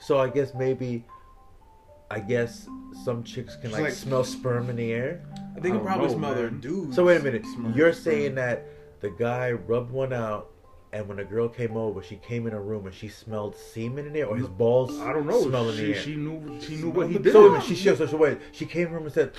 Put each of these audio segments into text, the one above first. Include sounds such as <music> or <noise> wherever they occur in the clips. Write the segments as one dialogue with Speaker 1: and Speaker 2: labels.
Speaker 1: So I guess maybe, I guess some chicks can
Speaker 2: She's
Speaker 1: like,
Speaker 2: like-
Speaker 1: smell sperm in the air.
Speaker 2: They can
Speaker 3: I
Speaker 2: probably
Speaker 3: don't know,
Speaker 2: smell their
Speaker 3: man.
Speaker 2: dudes.
Speaker 1: So wait a minute,
Speaker 2: smell
Speaker 1: you're
Speaker 2: their Mm, sperm.
Speaker 1: saying that the guy rubbed one out, and when a girl came over, she came in a room and she smelled semen in there, or his balls.
Speaker 3: I don't know.
Speaker 1: Smell in
Speaker 3: She,
Speaker 1: the air.
Speaker 3: she knew she knew what he
Speaker 2: the
Speaker 3: did.
Speaker 1: so wait a minute, she shifts. So wait, she came in the room and said,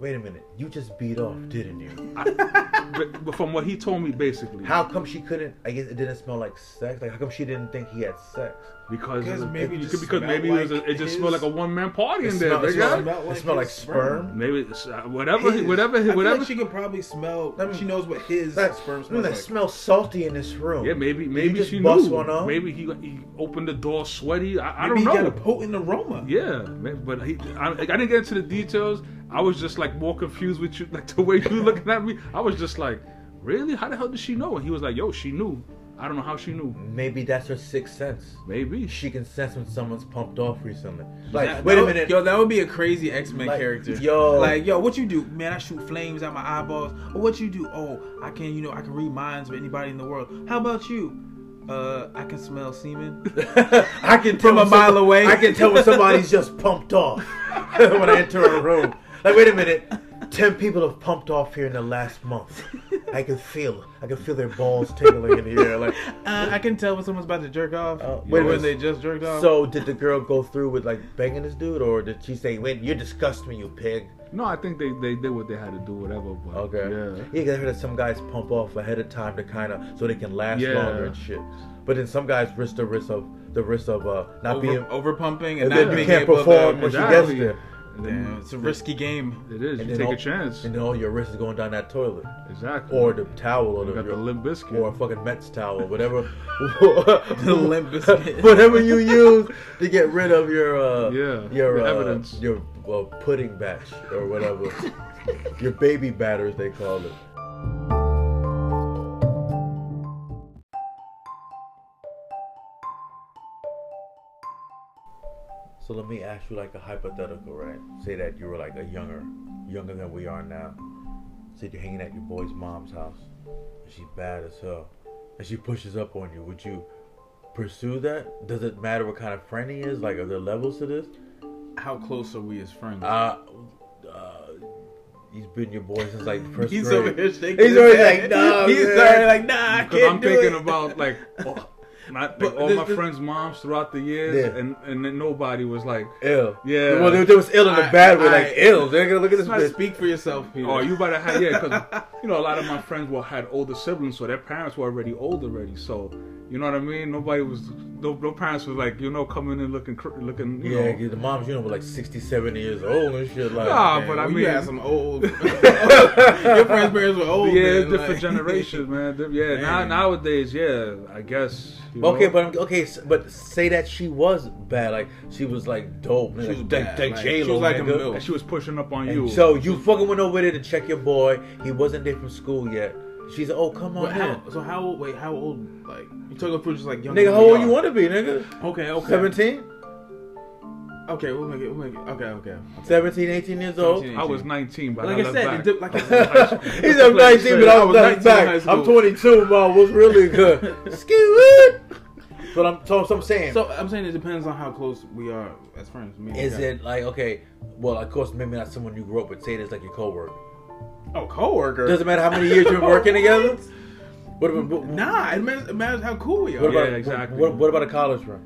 Speaker 1: "Wait a minute, you just beat off, didn't you?
Speaker 3: but, but from what he told me, basically,
Speaker 1: How come she couldn't? I guess it didn't smell like sex. Like how come she didn't think he had sex?
Speaker 3: because
Speaker 2: Because
Speaker 3: it-
Speaker 2: maybe
Speaker 3: it-
Speaker 2: just
Speaker 3: because
Speaker 2: smelled
Speaker 3: maybe it, was a,
Speaker 2: like
Speaker 3: it just
Speaker 2: his-
Speaker 3: smelled like a one man party in there.
Speaker 1: smelled-
Speaker 3: big guy.
Speaker 1: smelled like,
Speaker 2: Smelled
Speaker 1: it smelled
Speaker 2: like
Speaker 1: like
Speaker 2: his
Speaker 1: sperm.
Speaker 3: Maybe it's, uh, whatever he-
Speaker 2: His.
Speaker 3: whatever
Speaker 2: I feel
Speaker 3: he-
Speaker 2: like
Speaker 3: whatever.
Speaker 2: she can probably smell.
Speaker 1: Let me-
Speaker 2: she knows what his
Speaker 1: That
Speaker 2: sperm
Speaker 1: ooh,
Speaker 2: smells
Speaker 1: that
Speaker 2: like.
Speaker 1: smells salty in this room.
Speaker 3: yeah, maybe
Speaker 1: Did
Speaker 3: maybe
Speaker 1: you just
Speaker 3: she
Speaker 1: bust
Speaker 3: knew.
Speaker 1: one out?
Speaker 3: Maybe he he opened the door sweaty. I, I
Speaker 2: Maybe
Speaker 3: don't know.
Speaker 2: he got a potent aroma.
Speaker 3: Yeah, man, but he, I, I didn't get into the details. I was just like more confused with you, <laughs> like the way you looking at me. I was just like, really? How the hell did she know? And he was like, yo, she knew. I don't know how she knew.
Speaker 1: Maybe that's her sixth sense.
Speaker 3: Maybe she.
Speaker 1: She can sense when someone's pumped off recently. Like,
Speaker 2: That-
Speaker 1: wait
Speaker 2: that
Speaker 1: a
Speaker 2: would-
Speaker 1: minute.
Speaker 2: yo. That would be a crazy X Men
Speaker 1: Like,
Speaker 2: character.
Speaker 1: yo.
Speaker 2: like yo, what you do, man? I shoot flames out my eyeballs. Or what you do? Oh, I can, you know, I can read minds of anybody in the world. How about you? Uh, I can smell semen.
Speaker 1: <laughs> I can tell
Speaker 2: From a
Speaker 1: when
Speaker 2: mile
Speaker 1: some-
Speaker 2: away.
Speaker 1: I can tell when somebody's just pumped off <laughs> when I enter a room. Like, wait a minute. Ten people have pumped off here in the last month. I can feel it. I can feel their balls tingling in the air. <laughs> Like,
Speaker 2: Uh, I can tell when someone's about to jerk off.
Speaker 1: Uh,
Speaker 2: wait,
Speaker 1: wait,
Speaker 2: when
Speaker 1: wait.
Speaker 2: they just jerked off.
Speaker 1: so did the girl go through with like banging this dude, or did she say, "Wait, you disgust me, you pig"?
Speaker 3: No, I think they, they did what they had to do, whatever. But
Speaker 1: Okay.
Speaker 3: Yeah.
Speaker 1: Yeah, 'cause I heard that some guys pump off ahead of time to kind of so they can last
Speaker 3: Yeah.
Speaker 1: longer and shit. But then some guys risk the risk of the risk of uh, not
Speaker 2: over,
Speaker 1: being
Speaker 2: over pumping
Speaker 1: and
Speaker 2: and, not
Speaker 1: then you
Speaker 2: being
Speaker 1: can't
Speaker 2: able
Speaker 1: perform
Speaker 2: to.
Speaker 1: when she
Speaker 3: Exactly.
Speaker 1: gets there.
Speaker 3: And then
Speaker 2: Damn, it's a risky game.
Speaker 3: It is.
Speaker 1: And
Speaker 3: You
Speaker 1: then
Speaker 3: take
Speaker 1: all-
Speaker 3: a chance.
Speaker 1: And then all your risk is going down that toilet,
Speaker 3: Exactly.
Speaker 1: or the towel, or
Speaker 3: you
Speaker 1: the,
Speaker 3: got the limp biscuit.
Speaker 1: or a fucking Mets towel,
Speaker 3: <laughs>
Speaker 1: whatever, <laughs>
Speaker 2: Limp Bizkit.
Speaker 1: whatever you use to get rid of your uh,
Speaker 3: Yeah,
Speaker 1: your
Speaker 3: the
Speaker 1: uh,
Speaker 3: evidence.
Speaker 1: your well, pudding batch or whatever, your baby batter as they call it. So let me ask you like a hypothetical, right? Say that you were like a younger, younger than we are now. Say you're hanging at your boy's mom's house, and she's bad as hell, and she pushes up on you. Would you pursue that? Does it matter what kind of friend he is? Like, are there levels to this?
Speaker 2: How close are we as friends?
Speaker 1: Uh, uh he's been your boy since like first
Speaker 2: he's
Speaker 1: grade.
Speaker 2: over here shaking.
Speaker 1: He's
Speaker 2: his
Speaker 1: already like,
Speaker 2: head.
Speaker 1: nah,
Speaker 2: He's
Speaker 1: man.
Speaker 2: already like, nah, I
Speaker 3: Because
Speaker 2: can't
Speaker 3: I'm
Speaker 2: do
Speaker 3: thinking
Speaker 2: it.
Speaker 3: about
Speaker 1: <laughs>
Speaker 3: like, all- my, like,
Speaker 2: But
Speaker 3: all
Speaker 2: this-
Speaker 3: my
Speaker 2: this-
Speaker 3: friends' moms throughout the years,
Speaker 1: Yeah.
Speaker 3: and and then nobody was like,
Speaker 1: Ill.
Speaker 3: Yeah.
Speaker 1: Well, there, there was ill in a
Speaker 2: I-
Speaker 1: bad way.
Speaker 2: I-
Speaker 1: like ill. They're gonna look at this
Speaker 2: Nah,
Speaker 1: bitch.
Speaker 2: Speak for yourself, Peter.
Speaker 3: oh, you better have
Speaker 1: <laughs>
Speaker 3: yeah. Because you know a lot of my friends will had older siblings, so their parents were already old already. So you know what I mean. Nobody was no no parents was like you know coming in looking cr- looking you
Speaker 1: Yeah,
Speaker 3: know.
Speaker 1: 'cause the moms, you know, were like 60, 70 years old and shit. Like,
Speaker 3: Nah,
Speaker 2: Man,
Speaker 3: but I
Speaker 2: well,
Speaker 3: mean,
Speaker 2: you had
Speaker 1: <laughs>
Speaker 2: some old. <laughs> your friends' parents were old.
Speaker 3: yeah,
Speaker 2: man,
Speaker 3: different
Speaker 2: like- <laughs>
Speaker 3: generations, man. Di- Yeah, now,
Speaker 2: Man.
Speaker 3: nowadays, yeah, I guess. you
Speaker 1: Okay,
Speaker 3: know.
Speaker 1: but I'm, okay, s- but say that she was bad, like she was like dope, man.
Speaker 2: She
Speaker 1: like,
Speaker 2: was
Speaker 1: that-
Speaker 2: bad,
Speaker 1: that
Speaker 2: like,
Speaker 1: J-Lo,
Speaker 2: she was like a
Speaker 1: nigga.
Speaker 2: milf.
Speaker 3: And she was pushing up on you.
Speaker 1: And so you fucking went over there to check your boy. He wasn't there from school yet. She's oh come on,
Speaker 2: But how,
Speaker 1: in.
Speaker 2: so how old? Wait, how old? Like you talking about just like young?
Speaker 1: nigga,
Speaker 2: as
Speaker 1: how
Speaker 2: we
Speaker 1: old
Speaker 2: are.
Speaker 1: you want to be, nigga?
Speaker 2: Okay, okay,
Speaker 1: 17?
Speaker 2: Okay, we'll make it. We'll make it. Okay, okay.
Speaker 1: 17, 18 years old.
Speaker 2: 17.
Speaker 3: I was 19, but
Speaker 2: Like
Speaker 3: I
Speaker 2: I
Speaker 3: left
Speaker 2: said,
Speaker 3: back.
Speaker 2: it did- like <laughs> I said-
Speaker 1: He's up 19, but I was
Speaker 2: I was 19 in high
Speaker 1: back.
Speaker 2: school.
Speaker 1: I'm 22, man. What's really good? Skew But I'm so, so I'm saying.
Speaker 2: So I'm saying it depends on how close we are as friends. Me and
Speaker 1: is
Speaker 2: you.
Speaker 1: it like okay? Well, of course, maybe not someone you grew up with. Say it is like your coworker.
Speaker 2: Oh, coworker.
Speaker 1: Doesn't matter how many years you've been working together. What about what,
Speaker 2: Nah, it matters, it matters how cool we are.
Speaker 1: what about
Speaker 3: Yeah, exactly.
Speaker 1: what, what about a college friend?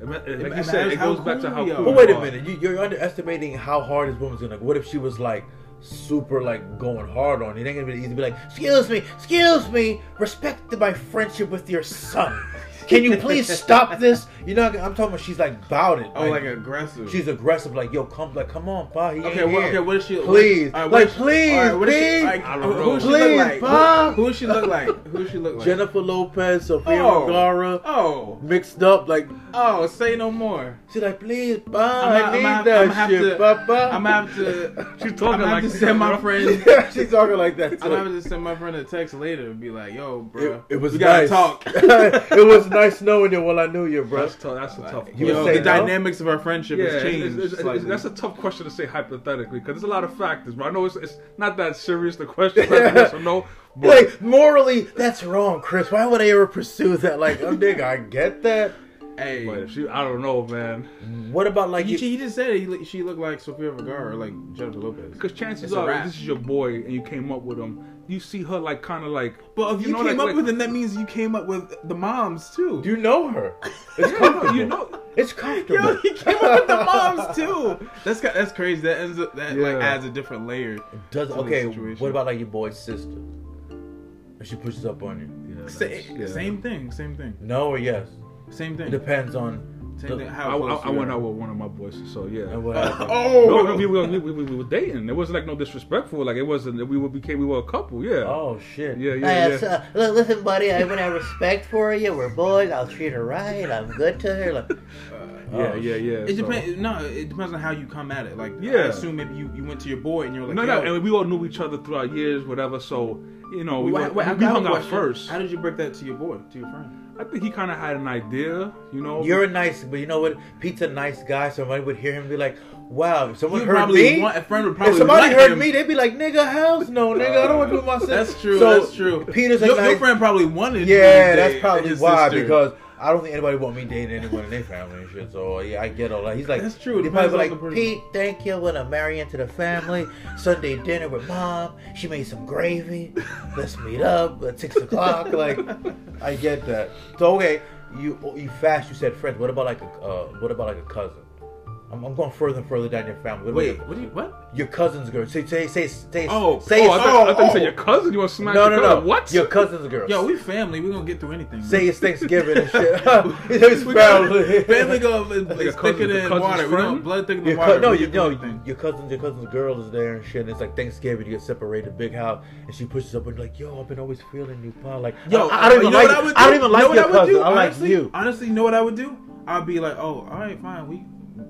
Speaker 3: It ma- it- Like
Speaker 2: ma-
Speaker 3: you said,
Speaker 2: matters
Speaker 3: it
Speaker 2: how
Speaker 3: goes back to
Speaker 2: cool
Speaker 3: how
Speaker 2: we are.
Speaker 3: cool.
Speaker 1: But
Speaker 2: But
Speaker 1: wait a
Speaker 3: you are.
Speaker 1: minute, you, you're underestimating how hard this woman's gonna. What if she was like super like going hard on you? It ain't gonna be easy to be like, excuse me, excuse me, respect my friendship with your son. Can you <laughs> please stop this? You know, I'm talking about she's like about it.
Speaker 2: Oh, like aggressive.
Speaker 1: She's aggressive, like yo, come, like come on, pa. He ain't
Speaker 2: Okay, what,
Speaker 1: here.
Speaker 2: okay, what is she? what-
Speaker 1: Please,
Speaker 2: all right, what
Speaker 1: like
Speaker 2: is she-
Speaker 1: please,
Speaker 2: all right, what is she-
Speaker 1: please.
Speaker 2: like,
Speaker 3: I don't
Speaker 2: who
Speaker 3: know.
Speaker 2: does she look
Speaker 1: Please,
Speaker 2: like?
Speaker 1: Pa.
Speaker 2: Who does she look like? Who does she look like?
Speaker 1: Jennifer Lopez, Sofia
Speaker 2: oh,
Speaker 1: Vergara,
Speaker 2: Oh,
Speaker 1: mixed up, like
Speaker 2: oh, say no more.
Speaker 1: she's like, please, pa,
Speaker 2: I'ma-
Speaker 1: I need
Speaker 2: I'ma-
Speaker 1: that
Speaker 2: I'ma have
Speaker 1: shit,
Speaker 2: to-
Speaker 1: papa. <laughs>
Speaker 2: I'm gonna have to.
Speaker 3: <laughs> She's
Speaker 2: I'm
Speaker 3: talking
Speaker 2: gonna have
Speaker 3: like
Speaker 2: to send my friend.
Speaker 3: <laughs>
Speaker 1: she's talking like that. Too.
Speaker 2: I'm gonna have to send my friend a text later and be like, "Yo, bro,
Speaker 1: it, it was
Speaker 2: we
Speaker 1: nice.
Speaker 2: gotta talk."
Speaker 1: <laughs> it was nice knowing you while I knew you, bro.
Speaker 3: That's tough. That's a tough.
Speaker 1: You
Speaker 2: You
Speaker 1: would
Speaker 2: know,
Speaker 3: question.
Speaker 1: say
Speaker 2: the
Speaker 1: no?
Speaker 2: dynamics of our friendship
Speaker 3: Yeah,
Speaker 2: has
Speaker 3: it's-
Speaker 2: changed.
Speaker 3: it's- it's-
Speaker 2: slightly.
Speaker 3: that's a tough question to say hypothetically because there's a lot of factors. But I know it's, it's not that serious. The question, whether yes
Speaker 2: <laughs>
Speaker 3: or no. But
Speaker 1: Like morally, that's wrong, Chris. Why would I ever pursue that? Like, oh, nigga, I get that.
Speaker 2: hey,
Speaker 3: But if she, I don't know, man.
Speaker 1: What about like
Speaker 2: he,
Speaker 1: you?
Speaker 2: he just said it. He, look- she looked like Sofia Vergara or like Jennifer Lopez.
Speaker 3: Because chances
Speaker 2: It's a
Speaker 3: are, if
Speaker 2: wrap.
Speaker 3: this is your boy and you came up with him, you see her like kind of like.
Speaker 2: But if you,
Speaker 3: know,
Speaker 2: came
Speaker 3: like-
Speaker 2: up
Speaker 3: like-
Speaker 2: with him, that means you came up with the moms too.
Speaker 1: You know her. It's
Speaker 3: Yeah,
Speaker 1: comfortable.
Speaker 3: you know,
Speaker 1: It's
Speaker 2: Yo,
Speaker 1: comfortable.
Speaker 2: he came up with the moms too. That's ca- that's crazy. That ends up that like
Speaker 3: Yeah.
Speaker 2: adds a different layer.
Speaker 1: Does
Speaker 2: to the
Speaker 1: okay?
Speaker 2: situation.
Speaker 1: What about like your boy's sister? If she pushes up on you,
Speaker 3: Yeah,
Speaker 2: Sa-
Speaker 3: that's- yeah.
Speaker 2: Same thing. Same thing.
Speaker 1: no or yes?
Speaker 2: Same
Speaker 1: It
Speaker 2: thing.
Speaker 1: depends on.
Speaker 2: Same thing.
Speaker 1: the-
Speaker 3: I,
Speaker 2: How
Speaker 3: I,
Speaker 2: close
Speaker 3: I
Speaker 2: you
Speaker 3: went
Speaker 2: are.
Speaker 3: out with one of my boys, so yeah.
Speaker 1: <laughs> and what happened.
Speaker 2: <laughs> Oh,
Speaker 3: No, we, were- we, we, we were dating. It wasn't like no disrespectful. Like it wasn't. We were became. We were a couple. Yeah.
Speaker 1: Oh shit.
Speaker 3: Yeah.
Speaker 4: I
Speaker 3: Yeah.
Speaker 4: have,
Speaker 3: yeah.
Speaker 4: uh, look, listen, buddy. I would have respect for you. We're boys. I'll treat her right. I'm good to her.
Speaker 1: Uh,
Speaker 4: Like,
Speaker 1: Oh,
Speaker 3: Yeah. Yeah. Yeah.
Speaker 2: It
Speaker 3: so-
Speaker 2: depends. No, it depends on how you come at it. Like, yeah. I
Speaker 3: Yeah.
Speaker 2: assume maybe you, you went to your boy and you're like,
Speaker 3: No, no,
Speaker 2: yo,
Speaker 3: and we all knew each other throughout years, whatever. So you know, we,
Speaker 2: Wait,
Speaker 3: went-
Speaker 2: wait, I
Speaker 3: we
Speaker 2: got a
Speaker 3: hung out
Speaker 2: question.
Speaker 3: first.
Speaker 2: How did you break that to your boy, to your friend?
Speaker 3: I think he kind of had an idea, you know.
Speaker 1: You're a nice, but you know what? Pete's a nice guy. Somebody would hear him and be like, "Wow, if someone
Speaker 2: You
Speaker 1: heard
Speaker 2: probably
Speaker 1: me."
Speaker 2: want- a friend would
Speaker 1: if
Speaker 2: probably
Speaker 1: somebody
Speaker 2: like
Speaker 1: heard
Speaker 2: him.
Speaker 1: me, they'd be like, "Nigga, hell's no, nigga, I don't want to do my sister."
Speaker 2: That's true.
Speaker 1: So,
Speaker 2: that's true.
Speaker 1: Peter's a
Speaker 2: your,
Speaker 1: nice.
Speaker 2: your friend probably wanted. you
Speaker 1: yeah,
Speaker 2: to
Speaker 1: that's
Speaker 2: date
Speaker 1: probably
Speaker 2: his
Speaker 1: why
Speaker 2: sister.
Speaker 1: because I don't think anybody want me dating anyone in their family and shit. So yeah, I get all that. He's like,
Speaker 2: That's true.
Speaker 1: They
Speaker 2: Depends
Speaker 1: probably
Speaker 2: on
Speaker 1: be
Speaker 2: the person.
Speaker 1: like,
Speaker 4: Pete, thank you. When I marry into the family, Sunday dinner with mom. She made some gravy. Let's meet up at six o'clock.
Speaker 2: <laughs>
Speaker 1: "Fuck," like, I get that. So okay, you you fast. You said friends. What about like a uh, what about like a cousin? I'm, I'm going further and further down your family. What about your-
Speaker 2: Wait, what? Do you, what?
Speaker 1: your cousin's girl? Say say say say.
Speaker 2: Oh,
Speaker 1: say
Speaker 3: oh, I thought, I thought you
Speaker 2: oh,
Speaker 3: said
Speaker 2: oh.
Speaker 3: your cousin. You want to smash?
Speaker 1: No,
Speaker 3: your
Speaker 1: no,
Speaker 3: cousin.
Speaker 1: no.
Speaker 3: What?
Speaker 1: Your cousin's girl.
Speaker 2: Yo, we family. We gonna get through anything.
Speaker 1: say it's Thanksgiving and
Speaker 2: <laughs>
Speaker 1: shit. <laughs> it's
Speaker 2: We
Speaker 1: family.
Speaker 2: got- family go is
Speaker 3: your
Speaker 2: is
Speaker 3: cousin-
Speaker 2: thicker
Speaker 3: your
Speaker 2: than
Speaker 3: cousin's
Speaker 2: water. We
Speaker 3: friend?
Speaker 2: don't blood thicker than
Speaker 1: Your
Speaker 2: water.
Speaker 1: cou- no,
Speaker 2: We
Speaker 1: you
Speaker 2: get
Speaker 1: no,
Speaker 2: through anything.
Speaker 1: your cousin's your cousin's girl is there and shit. And it's like Thanksgiving, you get separated, big house, and she pushes up and like, yo, I've been always feeling you, pal. Like,
Speaker 2: Yo, uh,
Speaker 1: I, I don't even
Speaker 2: you know
Speaker 1: like,
Speaker 2: what I would do?
Speaker 1: I don't even like
Speaker 2: you know
Speaker 1: your
Speaker 2: what I would
Speaker 1: cousin.
Speaker 2: do?
Speaker 1: I like
Speaker 2: honestly,
Speaker 1: you.
Speaker 2: Honestly, you know what I would do? I'd be like, oh, all right, fine, we,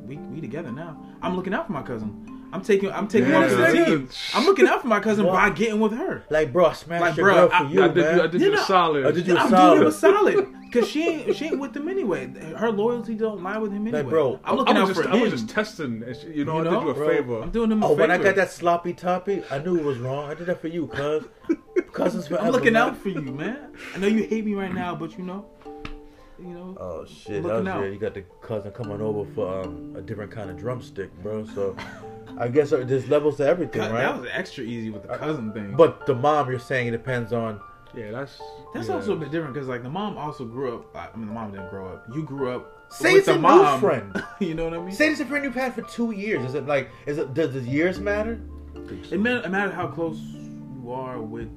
Speaker 2: we, we together now. I'm looking out for my cousin. I'm taking, I'm taking
Speaker 3: Yeah.
Speaker 2: one for the
Speaker 3: Yeah.
Speaker 2: team. I'm looking out for my cousin by getting with her.
Speaker 1: Like, bro, I smashed
Speaker 2: Like,
Speaker 1: your
Speaker 2: bro,
Speaker 1: girl for
Speaker 2: I-
Speaker 1: you,
Speaker 3: I did,
Speaker 1: man.
Speaker 3: you, I did
Speaker 2: You
Speaker 3: you a
Speaker 2: know-
Speaker 3: solid.
Speaker 1: I did you a
Speaker 2: I'm
Speaker 1: solid.
Speaker 2: doing it solid because she ain't, she ain't with him anyway. Her loyalty don't lie with him anyway.
Speaker 1: bro,
Speaker 2: I'm
Speaker 3: I
Speaker 2: looking
Speaker 3: was
Speaker 2: out
Speaker 3: just,
Speaker 2: for
Speaker 3: I
Speaker 2: him.
Speaker 3: was just testing. and she- You know,
Speaker 2: You
Speaker 3: I
Speaker 2: know,
Speaker 3: did you a
Speaker 1: bro,
Speaker 3: favor.
Speaker 2: I'm doing him a
Speaker 1: Oh, when I
Speaker 2: favor.
Speaker 1: got that sloppy toppy, I knew it was wrong. I did that for you, cuz. Cousins forever.
Speaker 2: I'm looking
Speaker 1: man.
Speaker 2: out for you, man. I know you hate me right now, but you know, you know.
Speaker 1: Oh shit!
Speaker 2: Looking
Speaker 1: that was
Speaker 2: out.
Speaker 1: yeah, you got the cousin coming over for um, a different kind of drumstick, bro. So, I guess uh, there's levels to everything,
Speaker 2: That-
Speaker 1: right? Uh,
Speaker 2: That was extra easy with the cousin thing.
Speaker 1: But the mom, you're saying it depends on.
Speaker 3: yeah, that's
Speaker 2: That's
Speaker 3: yeah.
Speaker 2: also a bit different because like the mom also grew up. I mean, the mom didn't grow up. You grew up.
Speaker 1: Say
Speaker 2: with
Speaker 1: it's
Speaker 2: the
Speaker 1: a new
Speaker 2: mom.
Speaker 1: friend.
Speaker 2: <laughs> you know what I mean?
Speaker 1: Say this is a friend you've had for two years. Is it like? Is it? Does the years matter?
Speaker 2: it matters it matter how close you are with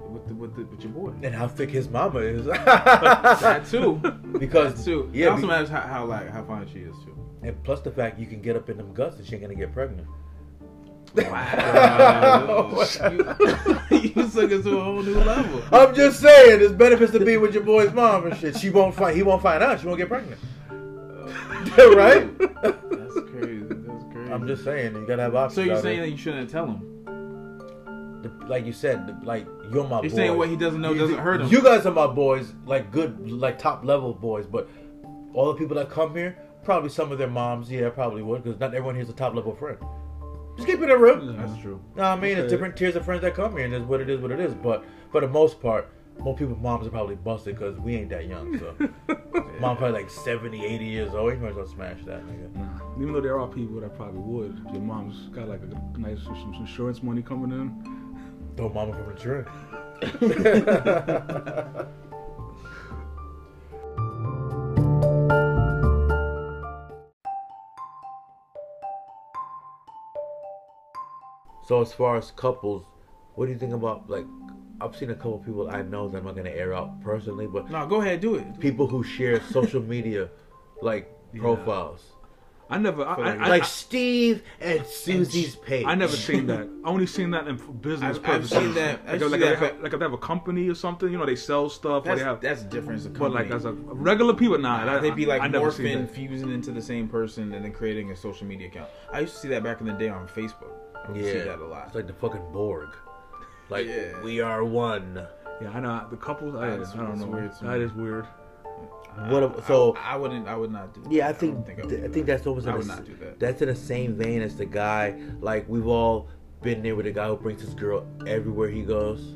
Speaker 2: with the, with, the, with your boy.
Speaker 1: And how thick his mama is? <laughs>
Speaker 2: That too.
Speaker 1: because
Speaker 2: too.
Speaker 1: <laughs>
Speaker 2: It
Speaker 1: yeah.
Speaker 2: also
Speaker 1: be-
Speaker 2: matters how, how like how fine she is
Speaker 1: <laughs>
Speaker 2: too.
Speaker 1: and plus the fact you can get up in them guts and she ain't gonna get pregnant. <laughs>
Speaker 2: Wow. <laughs> you, <laughs> you took it to a whole new level.
Speaker 1: I'm just saying, there's benefits to be with your boy's mom and shit. She won't find. He won't find out. She won't get pregnant. <laughs> right?
Speaker 2: <laughs> That's crazy. That's crazy.
Speaker 1: I'm just saying, you gotta have options.
Speaker 2: so you're
Speaker 1: out there.
Speaker 2: saying that you shouldn't tell him.
Speaker 1: The- like you said, the- like you're my.
Speaker 2: You're
Speaker 1: boys.
Speaker 2: saying what he doesn't know
Speaker 1: You-
Speaker 2: doesn't hurt him.
Speaker 1: You guys are my boys, like good, like top level boys. But all the people that come here, probably some of their moms, yeah, probably would, because not everyone here's a top level friend. Just keep it real.
Speaker 3: Yeah.
Speaker 2: That's true.
Speaker 1: No, I mean, it's
Speaker 3: Okay.
Speaker 1: different tiers of friends that come here, and it's what it is, what it is. But for the most part, most people's moms are probably busted because we ain't that young.
Speaker 2: <laughs>
Speaker 1: So, mom probably like 70, 80 years old. You might as well smash that nigga.
Speaker 3: Nah. Even though there are people that probably would. Your mom's got like a nice some insurance money coming in.
Speaker 1: Throw mama from the tree. <laughs> So as far as couples, what do you think about like? I've seen a couple people I know that I'm not gonna air out personally, but
Speaker 2: No, go ahead, do it.
Speaker 1: people who share social media like profiles,
Speaker 3: I never. I, I, I,
Speaker 1: like Steve and Susie's page.
Speaker 3: I never
Speaker 1: <laughs>
Speaker 3: seen that. I only seen that in f- business
Speaker 2: I've- I've
Speaker 3: purposes.
Speaker 2: seen that- I've
Speaker 3: like,
Speaker 2: seen
Speaker 3: like,
Speaker 2: that,
Speaker 3: They have,
Speaker 2: but-
Speaker 3: like if they have a company or something, you know, they sell stuff. Or
Speaker 2: That's,
Speaker 3: they have,
Speaker 2: that's different.
Speaker 3: but like as a regular people, nah, that,
Speaker 2: they'd be like
Speaker 3: I, I never seen
Speaker 2: morphing,
Speaker 3: that.
Speaker 2: fusing into the same person, and then creating a social media account. I used to see that back in the day on Facebook. I would see
Speaker 1: yeah,
Speaker 2: that a lot.
Speaker 1: It's like the fucking Borg. Like
Speaker 2: Yeah.
Speaker 1: we are one.
Speaker 3: Yeah, I know the couples. I, I
Speaker 2: That's-
Speaker 3: don't
Speaker 2: that's
Speaker 3: know.
Speaker 2: weird to
Speaker 3: that
Speaker 2: me.
Speaker 3: is weird.
Speaker 1: What? ab- so
Speaker 2: I, I wouldn't. I would not do. That.
Speaker 1: yeah, I
Speaker 2: don't
Speaker 1: think
Speaker 2: would
Speaker 1: th- I
Speaker 2: do
Speaker 1: think
Speaker 2: that.
Speaker 1: that's almost in
Speaker 2: I
Speaker 1: the
Speaker 2: would
Speaker 1: s-
Speaker 2: not do that.
Speaker 1: that's in the same vein as the guy. Like we've all been there with the guy who brings his girl everywhere he goes.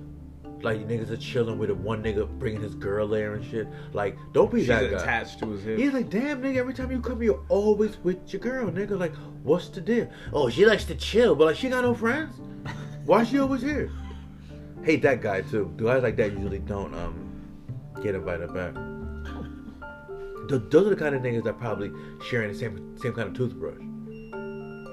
Speaker 1: Like niggas are chilling with the one nigga bringing his girl there and shit. Like don't be
Speaker 2: She's
Speaker 1: that guy.
Speaker 2: attached to his hip.
Speaker 1: He's like, damn, nigga, every time you come, you're always with your girl, nigga. Like, what's the deal? Oh, she likes to chill, but like, she got no friends. Why she always here? Hate that guy too. Guys like that usually don't um get invited back. Th- those are the kind of niggas that probably sharing the same same kind of toothbrush.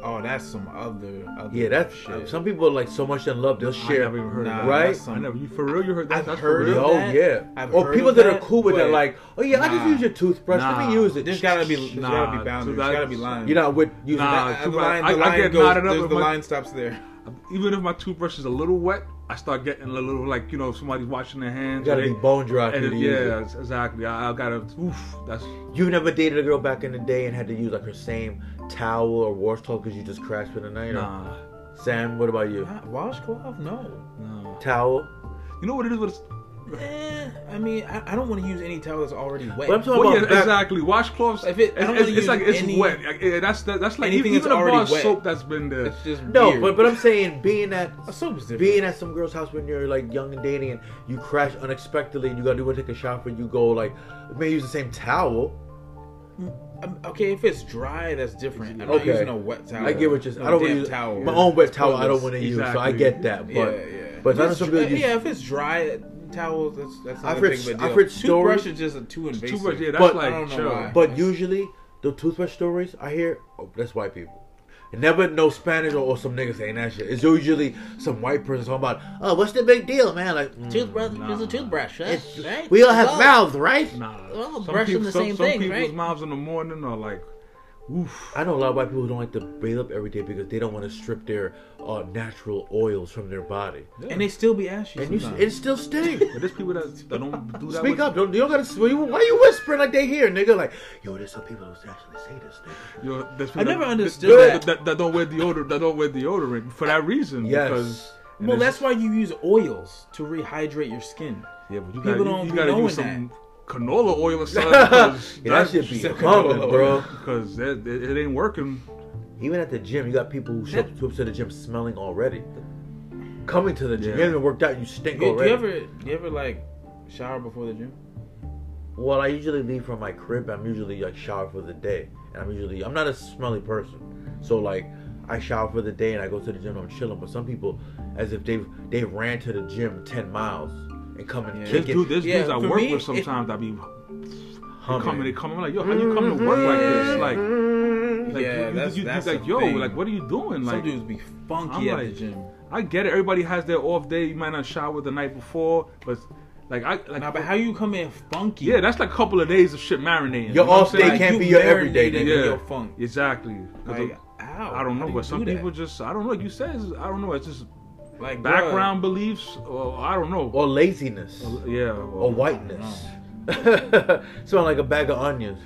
Speaker 2: oh, that's some other. other
Speaker 1: Yeah, that's
Speaker 2: shit.
Speaker 1: some people are like so much in love they'll share.
Speaker 3: never even heard of
Speaker 2: Nah,
Speaker 3: that.
Speaker 1: Right?
Speaker 2: that's some-
Speaker 3: I never. You for real? You heard that?
Speaker 2: I've
Speaker 3: That's
Speaker 2: heard
Speaker 3: for real.
Speaker 2: of
Speaker 1: oh
Speaker 2: that.
Speaker 1: yeah,
Speaker 2: I've
Speaker 1: or
Speaker 2: heard
Speaker 1: people
Speaker 2: of
Speaker 1: that are
Speaker 2: that,
Speaker 1: cool with that,
Speaker 2: but-
Speaker 1: like, oh yeah, I
Speaker 2: Nah.
Speaker 1: just use your toothbrush. Let me
Speaker 3: Nah.
Speaker 1: use it.
Speaker 2: There's gotta be. There's gotta
Speaker 3: Nah,
Speaker 2: be boundaries.
Speaker 3: too bad.
Speaker 2: There's gotta be lines.
Speaker 1: You're not with using
Speaker 3: Nah,
Speaker 1: that.
Speaker 2: The
Speaker 3: too
Speaker 2: line,
Speaker 3: bad. I-
Speaker 2: the
Speaker 3: I
Speaker 2: line
Speaker 3: get
Speaker 2: goes-
Speaker 3: knotted up
Speaker 2: there's-
Speaker 3: with
Speaker 2: The
Speaker 3: my-
Speaker 2: line stops there.
Speaker 3: Even if my toothbrush is a little wet, I start getting a little like you know if somebody's washing their hands.
Speaker 1: You gotta
Speaker 3: or they-
Speaker 1: be bone dry for
Speaker 3: and
Speaker 1: you
Speaker 3: it-
Speaker 1: to use it.
Speaker 3: yeah, it's- exactly. I, I gotta. Oof, that's
Speaker 1: You never dated a girl back in the day and had to use like her same towel or washcloth because you just crashed for the night. or-
Speaker 3: nah,
Speaker 1: Sam, what about you?
Speaker 2: Not Washcloth? No.
Speaker 3: nah.
Speaker 1: Towel.
Speaker 3: You know what it is? What it's,
Speaker 2: Eh, I mean, I, I don't want to use any towel that's already wet.
Speaker 1: But I'm talking
Speaker 3: well,
Speaker 1: about
Speaker 3: yeah,
Speaker 1: back-
Speaker 3: exactly. Washcloths.
Speaker 2: If it- I
Speaker 3: it's,
Speaker 2: don't
Speaker 3: it's,
Speaker 2: really
Speaker 3: it's like
Speaker 2: use
Speaker 3: it's
Speaker 2: any-
Speaker 3: wet. Like, yeah, that's that, that's like
Speaker 2: anything
Speaker 3: even,
Speaker 2: that's
Speaker 3: even a bar
Speaker 2: already
Speaker 3: of
Speaker 2: wet.
Speaker 3: soap that's been there.
Speaker 2: It's just
Speaker 1: No,
Speaker 2: weird.
Speaker 1: but but I'm saying being at
Speaker 2: A soap's different.
Speaker 1: being at some girl's house when you're like young and dating and you crash unexpectedly and you gotta do a take a shower and you go like may use the same towel.
Speaker 2: Um, okay, if it's dry, that's different. I'm not
Speaker 1: Okay.
Speaker 2: using a wet towel.
Speaker 1: I get what you're saying.
Speaker 2: No
Speaker 1: I don't want
Speaker 2: damn
Speaker 1: to use
Speaker 2: towel.
Speaker 1: my own wet towel. I don't
Speaker 2: Toilet.
Speaker 1: want to use, so I
Speaker 3: Exactly.
Speaker 1: get that. But
Speaker 2: Yeah, yeah.
Speaker 1: but
Speaker 2: if
Speaker 1: not
Speaker 2: it's
Speaker 1: some
Speaker 2: dry,
Speaker 1: people use.
Speaker 2: yeah, if it's dry towels, that's that's not
Speaker 1: I've
Speaker 2: a
Speaker 1: heard-
Speaker 2: big of a deal.
Speaker 1: I've heard
Speaker 2: Toothbrush
Speaker 1: stories-
Speaker 2: is just a too invasive.
Speaker 3: Too much. Yeah, that's
Speaker 1: But-
Speaker 3: like
Speaker 2: I don't know
Speaker 3: chill.
Speaker 2: why.
Speaker 1: But usually, the toothbrush stories I hear, oh, that's white people. And never know Spanish or, or some niggas saying that shit. It's usually some white person talking about, oh, what's the big deal, man? Like, mm,
Speaker 5: Toothbrush
Speaker 3: Nah.
Speaker 5: is a toothbrush, huh?
Speaker 1: it's-
Speaker 5: right?
Speaker 1: we all have
Speaker 5: Oh.
Speaker 1: mouths, right?
Speaker 3: Nah,
Speaker 5: Well,
Speaker 3: some
Speaker 5: brushing
Speaker 3: peop-
Speaker 5: the
Speaker 3: some-
Speaker 5: same
Speaker 3: some
Speaker 5: thing,
Speaker 3: people's
Speaker 5: right?
Speaker 3: mouths in the morning are like, oof.
Speaker 1: I know a lot of white people who don't like to bathe up every day because they don't want to strip their uh, natural oils from their body.
Speaker 2: and they still be ashy.
Speaker 1: And you,
Speaker 2: sometimes.
Speaker 1: it still stinks.
Speaker 3: But there's people that, that don't do that.
Speaker 1: Speak
Speaker 3: with-
Speaker 1: up. Don't, you don't gotta, why you, why you whispering like they hear, nigga? Like, yo, there's some people who actually say this, nigga.
Speaker 3: Yo, there's people
Speaker 2: I never
Speaker 3: that-
Speaker 2: understood
Speaker 3: that,
Speaker 2: that.
Speaker 3: that. That don't wear deodorant. That don't wear deodorant for that reason.
Speaker 1: Yes.
Speaker 3: Because, and
Speaker 2: well,
Speaker 3: it's-
Speaker 2: that's why you use oils to rehydrate your skin.
Speaker 3: yeah, but you
Speaker 2: people
Speaker 3: gotta,
Speaker 2: don't
Speaker 3: you,
Speaker 2: be
Speaker 3: gotta
Speaker 2: knowing
Speaker 3: use some canola oil
Speaker 2: <laughs>
Speaker 3: or something. Because
Speaker 1: Yeah, that should be
Speaker 2: Except
Speaker 1: common,
Speaker 2: canola oil.
Speaker 1: bro.
Speaker 3: Because it, it, it ain't working.
Speaker 1: Even at the gym, you got people who show up to, to the gym smelling already. Coming to the gym,
Speaker 3: Yeah.
Speaker 1: you haven't even worked out, you stink
Speaker 2: Do you, do
Speaker 1: already.
Speaker 2: you ever, do you ever like shower before the gym?
Speaker 1: Well, I usually leave from my crib. I'm usually like shower for the day, and I'm usually I'm not a smelly person, so like I shower for the day and I go to the gym. I'm chilling. But some people, as if they've they ran to the gym ten miles and come and
Speaker 2: Yeah.
Speaker 1: kick
Speaker 3: There's
Speaker 1: it.
Speaker 3: dude, there's
Speaker 2: yeah,
Speaker 3: dudes I
Speaker 2: for
Speaker 3: work
Speaker 2: me,
Speaker 3: with
Speaker 2: it-
Speaker 3: sometimes. I be they
Speaker 1: humming.
Speaker 3: come and they come. I'm like, yo, how you come to work like this? Like, like
Speaker 2: Mm-hmm. Yeah,
Speaker 3: you- you,
Speaker 2: that's-
Speaker 3: you, you,
Speaker 2: that's
Speaker 3: like,
Speaker 2: a
Speaker 3: yo,
Speaker 2: thing.
Speaker 3: like, what are you doing?
Speaker 2: Some
Speaker 3: Like,
Speaker 2: dudes be funky
Speaker 3: I'm
Speaker 2: at the
Speaker 3: like-
Speaker 2: gym.
Speaker 3: I get it. Everybody has their off day. You might not shower the night before, but like, I like.
Speaker 2: Now, but how you come in funky?
Speaker 3: yeah, that's like a couple of days of shit
Speaker 1: Your
Speaker 3: marinating. You know what I'm
Speaker 1: off day
Speaker 3: saying?
Speaker 1: It can't be your everyday,
Speaker 2: marinated
Speaker 1: nigga.
Speaker 2: in Your funk.
Speaker 3: Exactly. 'Cause
Speaker 2: Like,
Speaker 3: of-
Speaker 2: ow,
Speaker 3: I don't
Speaker 2: how
Speaker 3: know,
Speaker 2: do
Speaker 3: but
Speaker 2: you
Speaker 3: some
Speaker 2: do that?
Speaker 3: people just I don't know. Like you said, it's- I don't know. It's just
Speaker 2: like
Speaker 3: background beliefs, or I don't know.
Speaker 1: or laziness,
Speaker 2: Oh,
Speaker 3: yeah.
Speaker 1: or
Speaker 3: Or,
Speaker 1: whiteness. <laughs> Smell like a bag of onions.
Speaker 2: bruh.